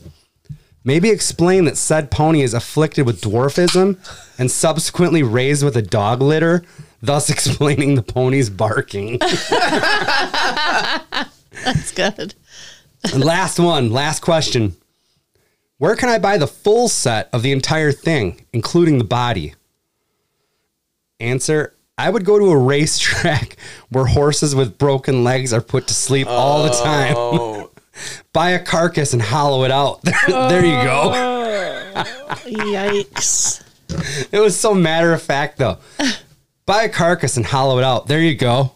A: Maybe explain that said pony is afflicted with dwarfism and subsequently raised with a dog litter, thus explaining the pony's barking.
C: That's good.
A: And last one, last question. Where can I buy the full set of the entire thing, including the body? Answer I would go to a racetrack where horses with broken legs are put to sleep all the time. buy a carcass and hollow it out. There, there you go.
C: Yikes.
A: It was so matter of fact, though. buy a carcass and hollow it out. There you go.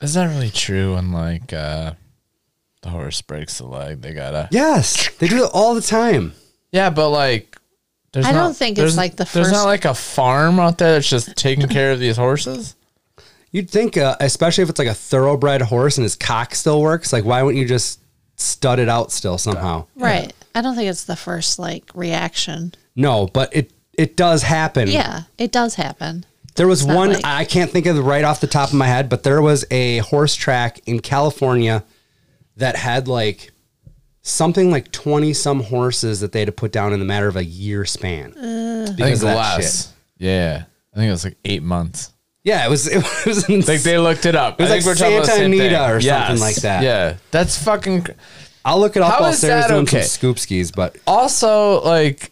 B: Is that really true when like uh the horse breaks the leg, they gotta
A: Yes, they do it all the time.
B: Yeah, but like there's
C: I don't
B: not-
C: think it's
B: there's-
C: like the
B: There's
C: first-
B: not like a farm out there that's just taking care of these horses.
A: You'd think, uh, especially if it's like a thoroughbred horse and his cock still works, like why wouldn't you just stud it out still somehow?
C: Right. I don't think it's the first like reaction.
A: No, but it it does happen.
C: Yeah, it does happen.
A: There was
C: not
A: one
C: like-
A: I can't think of right off the top of my head, but there was a horse track in California that had like something like 20 some horses that they had to put down in the matter of a year span.
B: Because
A: of that
B: less.
A: shit.
B: Yeah. I think it was like eight months.
A: Yeah, it was it was
B: Like
A: insane.
B: they looked it up. It
A: was like Santa Anita or something like that.
B: Yeah. That's fucking cr-
A: I'll look it up
B: How
A: while
B: is
A: Sarah's
B: that
A: doing
B: okay?
A: some scoop skis, but
B: also like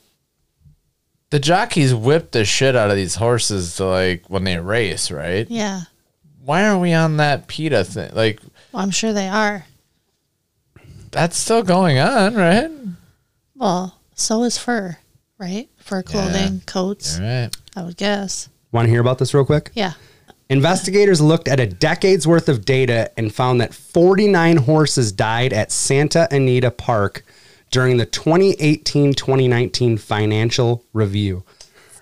B: the jockeys whip the shit out of these horses to like when they race, right?
C: Yeah.
B: Why aren't we on that PETA thing? Like
C: Well, I'm sure they are.
B: that's still going on, right?
C: Well, so is fur, right? Fur clothing, coats,
B: All right.
C: I would guess.
A: want to hear about this real quick?
C: Yeah.
A: Investigators looked at a decade's worth of data and found that 49 horses died at Santa Anita Park during the 2018 2019 financial review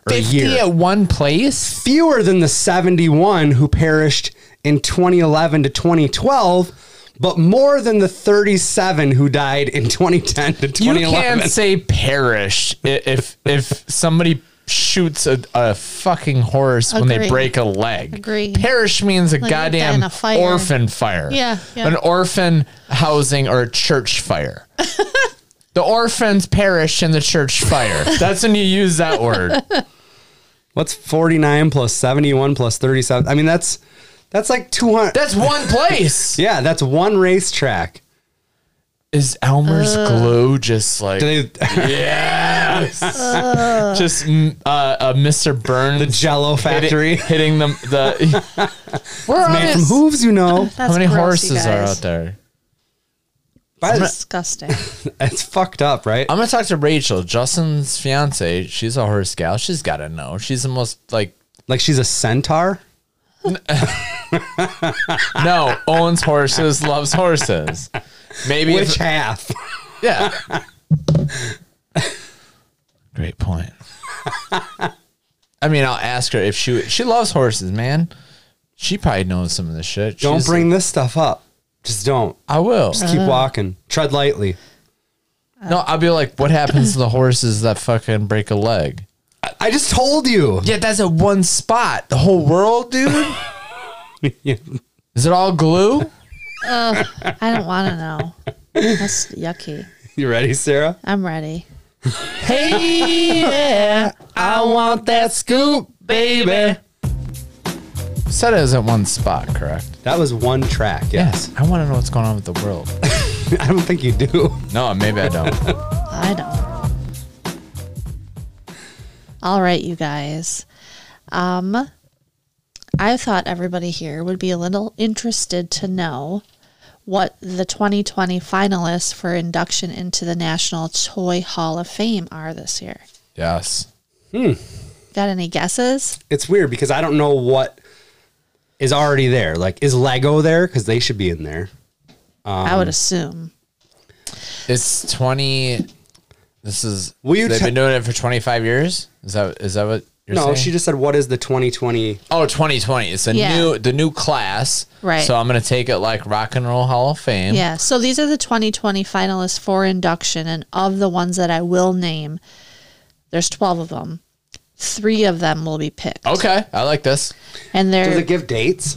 A: or year.
B: at one place?
A: Fewer than the 71 who perished in 2011 to 2012, but more than the 37 who died in 2010 to
B: You
A: 2011.
B: can't say perished i- if if somebody shoots a, a fucking horse when they
C: Agree.
B: break a leg.
C: Agree.
B: Perish means a
C: Like, you die
B: goddamn
C: in a fire.
B: orphan fire.
C: Yeah, yeah.
B: An orphan housing or a church fire. the orphans perish in the church fire. That's when you use that word.
A: What's 49 plus 71 plus 37? I mean, that's that's like 200.
B: That's one place.
A: yeah, that's one racetrack.
B: Is Elmer's
C: Uh.
B: glue just like
A: Do they
B: yes? just mm, uh, uh, Mr. Burns
A: the Jello factory.
B: Hit- hitting them the
C: We're on
A: Made from hooves, you know.
C: That's
B: How many
C: gross, you
B: horses are
C: guys.
B: out there?
A: But it's,
C: Disgusting.
A: it's fucked up, right?
B: I'm gonna talk to Rachel, Justin's fiance. She's a horse gal. She's gotta know. She's the most like
A: Like she's a centaur.
B: no, owns horses, loves horses. Maybe if-
A: Which half?
B: yeah. Great point. I mean, I'll ask her if she she loves horses, man. She probably knows some of this shit.
A: Don't
B: She's-
A: bring this stuff up. Just don't.
B: I will.
A: Just keep walking. Tread lightly.
B: No, I'll be like, what happens to the horses that fucking break a leg?
A: I, I just told you.
B: Yeah, that's at one spot. The whole world, dude. Is it all glue?
C: I don't want to know. That's yucky.
A: You ready, Sarah?
C: I'm ready.
B: Hey, yeah, I want that scoop, baby. Said it was at one spot, correct?
A: That was one track. Yes.
B: I want to know what's going on with the world.
A: I don't think you do.
B: No, maybe I don't.
C: I don't. All right, you guys. Um, I thought everybody here would be a little interested to know what the 2020 finalists for induction into the National Toy Hall of Fame are this year.
B: yes.
C: Got any guesses?
A: It's weird because I don't know what is already there. Like, is Lego there? Because they should be in there.
C: I would assume.
B: It's 20. This is.
A: Will you
B: they've
A: te-
B: been doing it for 25 years? Is that is that what you're
A: No,
B: saying?
A: she just said, "What is the 2020?"
B: Oh, 2020. It's a
C: Yeah.
B: new the new class.
C: Right.
B: So I'm going to take it like Rock and Roll Hall of Fame.
C: Yeah. So these are the 2020 finalists for induction, and of the ones that I will name, there's 12 of them. Three of them will be picked.
B: Okay. I like this.
C: And
A: Does
C: they're
A: it give dates,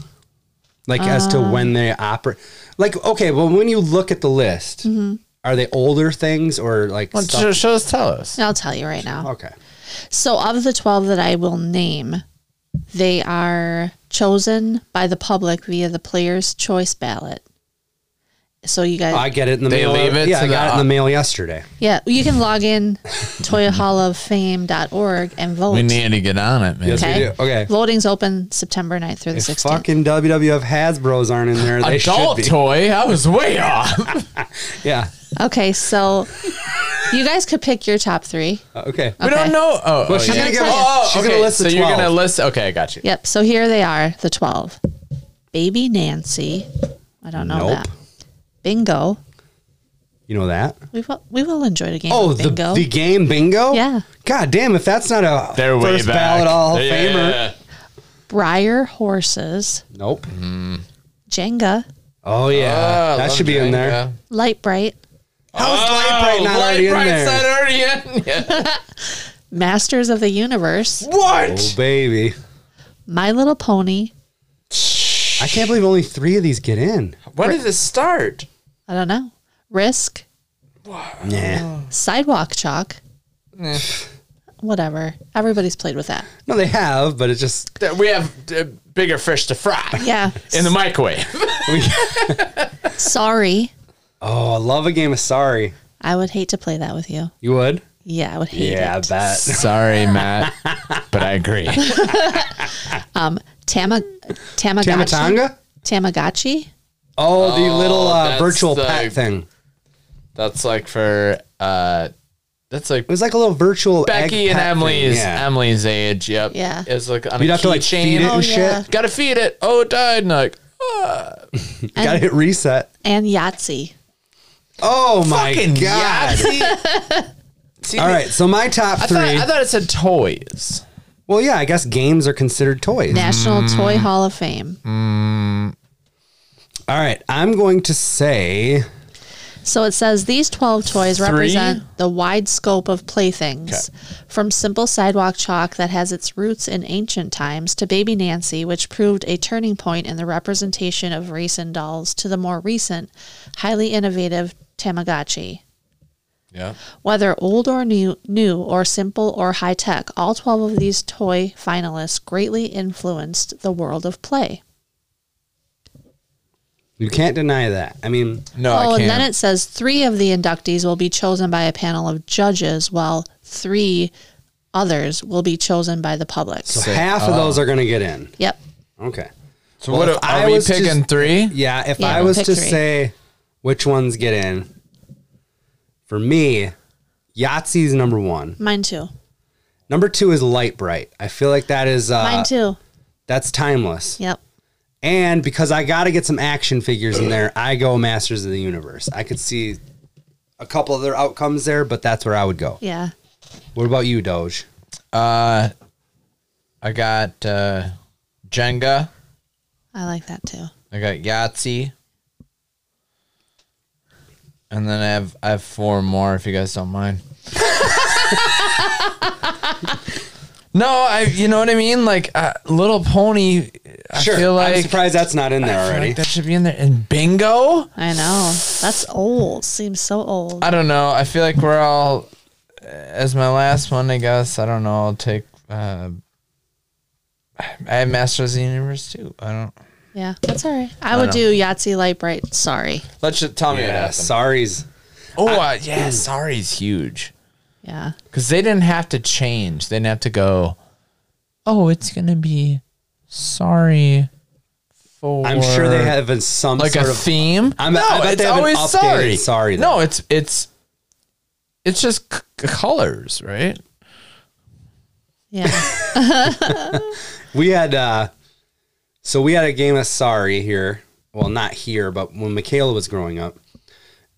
A: like as to when they operate? Like, okay, well, when you look at the list, are they older things or like?
B: Well,
A: stuff-
B: sh- show us, tell us.
C: I'll tell you right now.
A: okay,
C: So, of the 12 that I will name, they are chosen by the public via the player's choice ballot. So, you guys,
A: I get it in the
B: They
A: mail.
B: leave it
A: yeah,
B: to
A: I got
B: the-
A: it in the mail yesterday.
C: yeah, you can log in toyhalloffame.org and vote.
B: We need to get on it, man.
A: Yes, we do. Okay.
C: Voting's open September 9th through the
A: If
C: 16th.
A: fucking WWF Hasbro's aren't in there, they
B: Adult
A: should be.
B: toy. I was way off.
A: yeah.
C: Okay, so you guys could pick your top three.
A: Uh, okay.
B: We don't know. Oh,
A: Well,
B: oh,
A: she's
B: yeah.
A: gonna
C: give-
B: Oh,
A: she's
B: okay.
A: gonna list
B: So
A: the
B: you're gonna
A: 12.
B: list. Okay, I got you.
C: Yep. So here they are, the 12. Baby Nancy. I don't know
A: Nope.
C: that. Bingo.
A: You know that?
C: We've all, we've all enjoyed a game.
A: Oh,
C: of bingo.
A: the the game bingo.
C: Yeah.
A: God damn! If that's not a
B: They're way
A: first
B: back.
A: ballot Hall of
B: Yeah, yeah,
A: Famer.
B: yeah.
C: Briar horses,
A: Nope.
C: Jenga,
A: Oh yeah,
B: Ah,
A: that
B: love
A: should be in there.
B: Jenga.
C: Light Bright,
A: How's Light
B: Oh,
A: Bright not already in
B: Lightbright's
A: there?
B: not already in. Yeah.
C: Masters of the Universe,
A: Oh
B: What?
A: baby,
C: My Little Pony.
A: I can't believe only three of these get in.
B: Oh, When did this start?
C: I don't know. Risk,
A: Yeah.
C: Sidewalk Chalk.
A: Eh.
C: Whatever. Everybody's played with that.
A: No, they have, but it's just
B: That We have uh, bigger fish to fry
C: Yeah.
B: in the microwave.
C: Sorry.
A: oh, I love a game of sorry.
C: I would hate to play that with you.
A: You would?
C: Yeah, I would hate
A: yeah, I
C: it.
A: bet.
B: Sorry, Matt, but I agree.
C: Tama, Tamagotchi.
A: Tamatanga?
C: Tamagotchi.
A: Oh, the little uh,
B: that's
A: virtual
B: the-
A: pet thing.
B: That's like for uh, that's like
A: It was like a little virtual
B: Becky
A: egg
B: and
A: pet thing.
B: Emily's
A: Yeah.
B: Emily's age. Yep.
C: Yeah.
B: It's like on
A: You'd
B: a
A: have to like
B: keychain.
A: feed it
C: Oh,
A: and
C: yeah.
A: shit.
B: Gotta feed it. Oh, it died. And like
A: Gotta hit reset.
C: And Yahtzee.
A: Oh my
B: fucking
A: god!
B: Yahtzee. See,
A: All right, so my top
B: I
A: three.
B: thought, I thought it said toys.
A: well, yeah, I guess games are considered toys.
C: National Toy Hall of Fame.
A: All right, I'm going to say
C: So it says these 12 toys
B: Three?
C: represent the wide scope of playthings from simple sidewalk chalk that has its roots in ancient times to Baby Nancy, which proved a turning point in the representation of race and dolls, to the more recent, highly innovative Tamagotchi.
B: Yeah.
C: Whether old or new, new or simple or high tech, all 12 of these toy finalists greatly influenced the world of play.
A: you can't deny that. I mean,
B: No, I
C: oh,
B: can't.
C: and then it says three of the inductees will be chosen by a panel of judges, while three others will be chosen by the public.
A: so half of those are going to get in.
C: yep.
A: Okay.
B: uh, so
A: well,
B: what
A: if
B: are,
A: I
B: are we
A: was just-
B: picking three?
A: Yeah, if
C: Yeah,
A: I was
C: pick
A: to
C: three.
A: say which ones get in, for me, Yahtzee's number one.
C: Mine too.
A: Number two is Light Bright. I feel like that is uh,
C: Mine too.
A: that's timeless.
C: Yep.
A: And because I got to get some action figures in there, I go Masters of the Universe. I could see a couple other outcomes there, but that's where I would go.
C: Yeah.
A: What about you, Doge?
B: I got uh, Jenga.
C: I like that too.
B: I got Yahtzee. And then I have I have four more if you guys don't mind. no, I you know what I mean? Like uh, Little Pony I
A: Sure.
B: feel like
A: I'm surprised that's not in there
B: I feel
A: already.
B: like that should be in there. And bingo?
C: I know. That's old. Seems so old.
B: I don't know. I feel like we're all as my last one, I guess. I don't know. I'll take uh, I have Masters of the Universe too. I don't
C: Yeah, that's all right. I would
B: know.
C: do Yahtzee Light Bright. Sorry.
B: Let's just tell me what
A: yeah,
B: happened.
A: sorry's.
B: Oh, uh, yeah. Sorry's huge
C: Yeah.
B: because they didn't have to change. They didn't have to go. Oh, it's gonna be sorry for.
A: I'm sure they have in some
B: like
A: sort
B: a
A: of
B: theme.
A: I'm- I bet they have an updated sorry,
B: No, it's it's it's just c- c- colors, right?
C: Yeah.
A: We had uh so we had a game of sorry here. Well, not here, but when Michaela was growing up.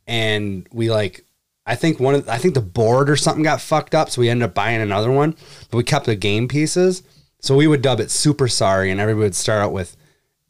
A: And we like I think one of I think the board or something got fucked up, so we ended up buying another one, but we kept the game pieces. So we would dub it super sorry and everybody would start out with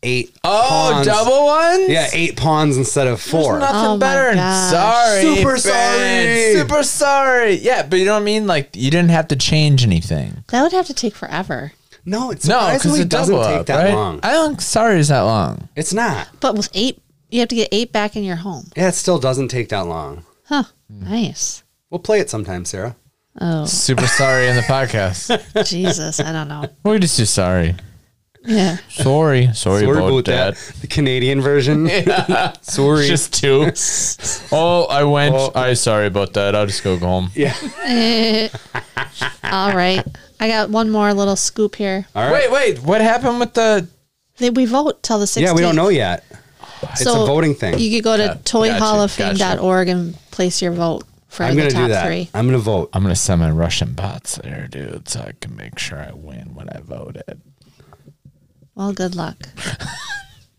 A: eight
B: Oh,
A: pawns.
B: double ones.
A: Yeah, eight pawns instead of four.
B: There's nothing
C: Oh my
B: better than
C: gosh.
B: sorry.
A: Super
B: Ben.
A: sorry.
B: Super sorry. Yeah, but you know what I mean? Like you didn't have to change anything.
C: that would have to take forever.
A: no, it's
B: No, because it
A: doesn't
B: double
A: take
B: up,
A: that
B: right?
A: long.
B: I don't think sorry is that long.
A: It's not.
C: But with eight, you have to get eight back in your home.
A: Yeah, it still doesn't take that long.
C: Huh. Nice.
A: We'll play it sometime, Sarah.
C: Oh,
B: Super sorry in the podcast.
C: Jesus. I don't know.
B: We just do sorry.
C: Yeah.
B: Sorry.
A: Sorry
B: Sorry, about,
A: about
B: that.
A: The Canadian version.
B: Sorry. Just two. oh, I went. I sorry about that. I'll just go home.
A: Yeah.
C: All right. I got one more little scoop here.
A: All right.
B: Wait, wait. What happened with the?
C: They- We vote till the 16th.
A: Yeah, we don't know yet. It's a voting thing.
C: You could go to toyhalloffame.org
B: gotcha.
C: and place your vote for
A: I'm
C: the
A: going to
C: top
A: do that.
C: three.
A: I'm going to vote.
B: I'm gonna send my Russian bots there, dude, so I can make sure I win when I voted.
C: Well, good luck.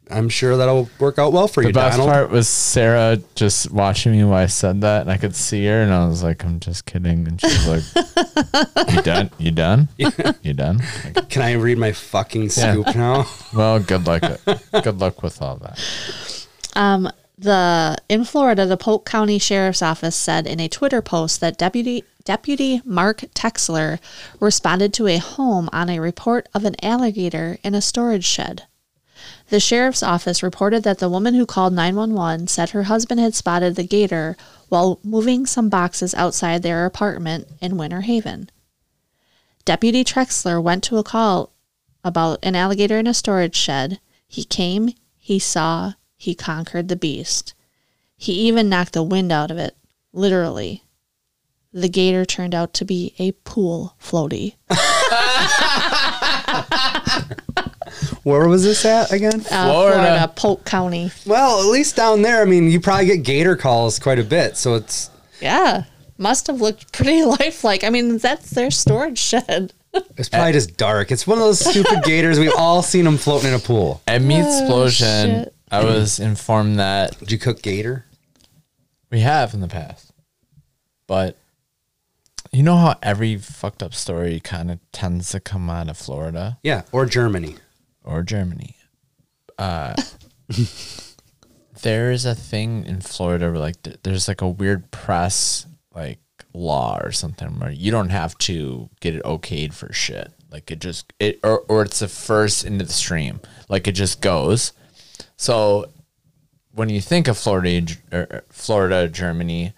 A: I'm sure that'll work out well for
B: The
A: you,
B: best
A: Donald.
B: part was Sarah just watching me while I said that, and I could see her, and I was like, "I'm just kidding," and she was like, "You done? You done? You done?" Like,
A: Can I read my fucking scoop now?
B: well, good luck. Good luck with all that.
C: Um, The in Florida, the Polk County Sheriff's Office said in a Twitter post that deputy deputy Mark Texler responded to a home on a report of an alligator in a storage shed. The sheriff's office reported that the woman who called 911 said her husband had spotted the gator while moving some boxes outside their apartment in Winter Haven. Deputy Trexler went to a call about an alligator in a storage shed. He came, he saw, he conquered the beast. He even knocked the wind out of it, literally. The gator turned out to be a pool floaty.
A: Where was this at again?
C: Uh,
B: Florida.
C: Polk County.
A: Well, at least down there, I mean, you probably get gator calls quite a bit. So it's,
C: Yeah. Must have looked pretty lifelike. I mean, that's their storage shed.
A: it's
B: Eh.
A: probably just dark. It's one of those stupid gators. We've all seen them floating in a pool.
B: At Meat Explosion,
C: shit.
B: I was informed that
A: Did you cook gator?
B: we have in the past, but you know how every fucked up story kind of tends to come out of Florida
A: Yeah, or Germany.
B: or Germany. Uh, there is a thing in Florida where like th- there's like a weird press like law or something where you don't have to get it okayed for shit. Like it just it or or it's the first into the stream. Like it just goes. So when you think of Florida, G- or or Florida, Germany,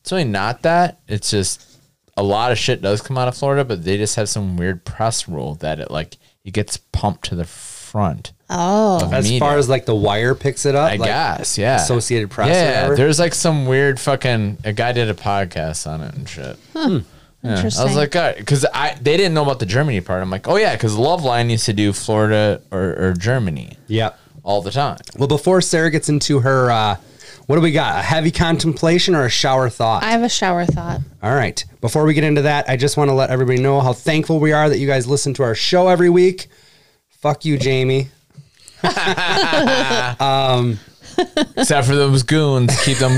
B: it's really not that. It's just a lot of shit does come out of Florida, but they just have some weird press rule that it like it gets pumped to the front.
C: Oh.
A: As
B: Media.
A: far as like the wire picks it up,
B: I
A: like,
B: guess, yeah.
A: Associated Press or
B: Yeah,
A: whatever?
B: there's like some weird fucking. A guy did a podcast on it and shit. Yeah. I was
C: Interesting.
B: like, because I they didn't know about the Germany part. I'm like, oh yeah, because Loveline used to do Florida or, or Germany
A: Yep.
B: all the time.
A: Well, before Sarah gets into her, uh, what do we got? A heavy contemplation or a shower thought?
C: I have a shower thought.
A: All right. Before we get into that, I just want to let everybody know how thankful we are that you guys listen to our show every week. Fuck you, Jamie.
B: Except for those goons, keep them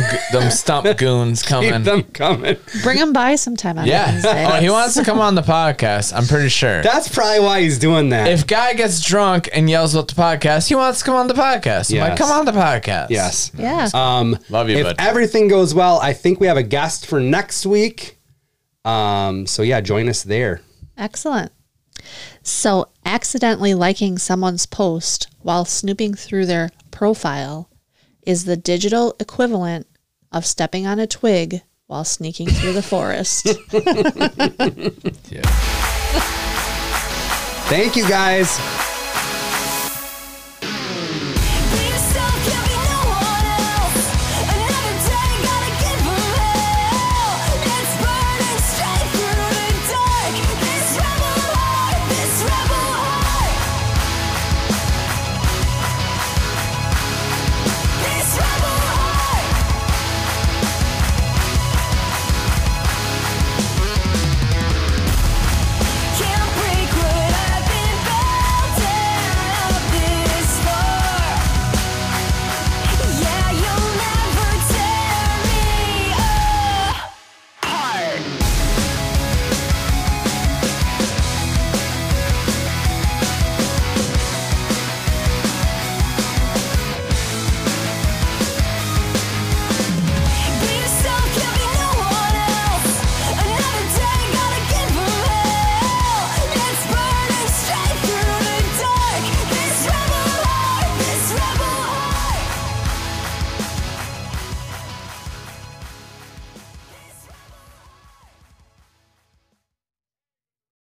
B: them stump goons coming.
A: Keep them coming.
C: Bring him by sometime on
B: yeah,
C: Wednesday.
B: oh, he wants to come on the podcast. I'm pretty sure.
A: That's probably why he's doing that.
B: if guy gets drunk and yells about the podcast, he wants to come on the podcast. I'm
A: Yes.
B: like, come on the podcast.
A: yes.
C: Yeah.
A: Um,
B: Love you,
A: if
B: bud.
A: everything goes well, I think we have a guest for next week. Um, so yeah, join us there.
C: Excellent. So, accidentally liking someone's post while snooping through their profile is the digital equivalent of stepping on a twig while sneaking through the forest.
A: Thank you guys.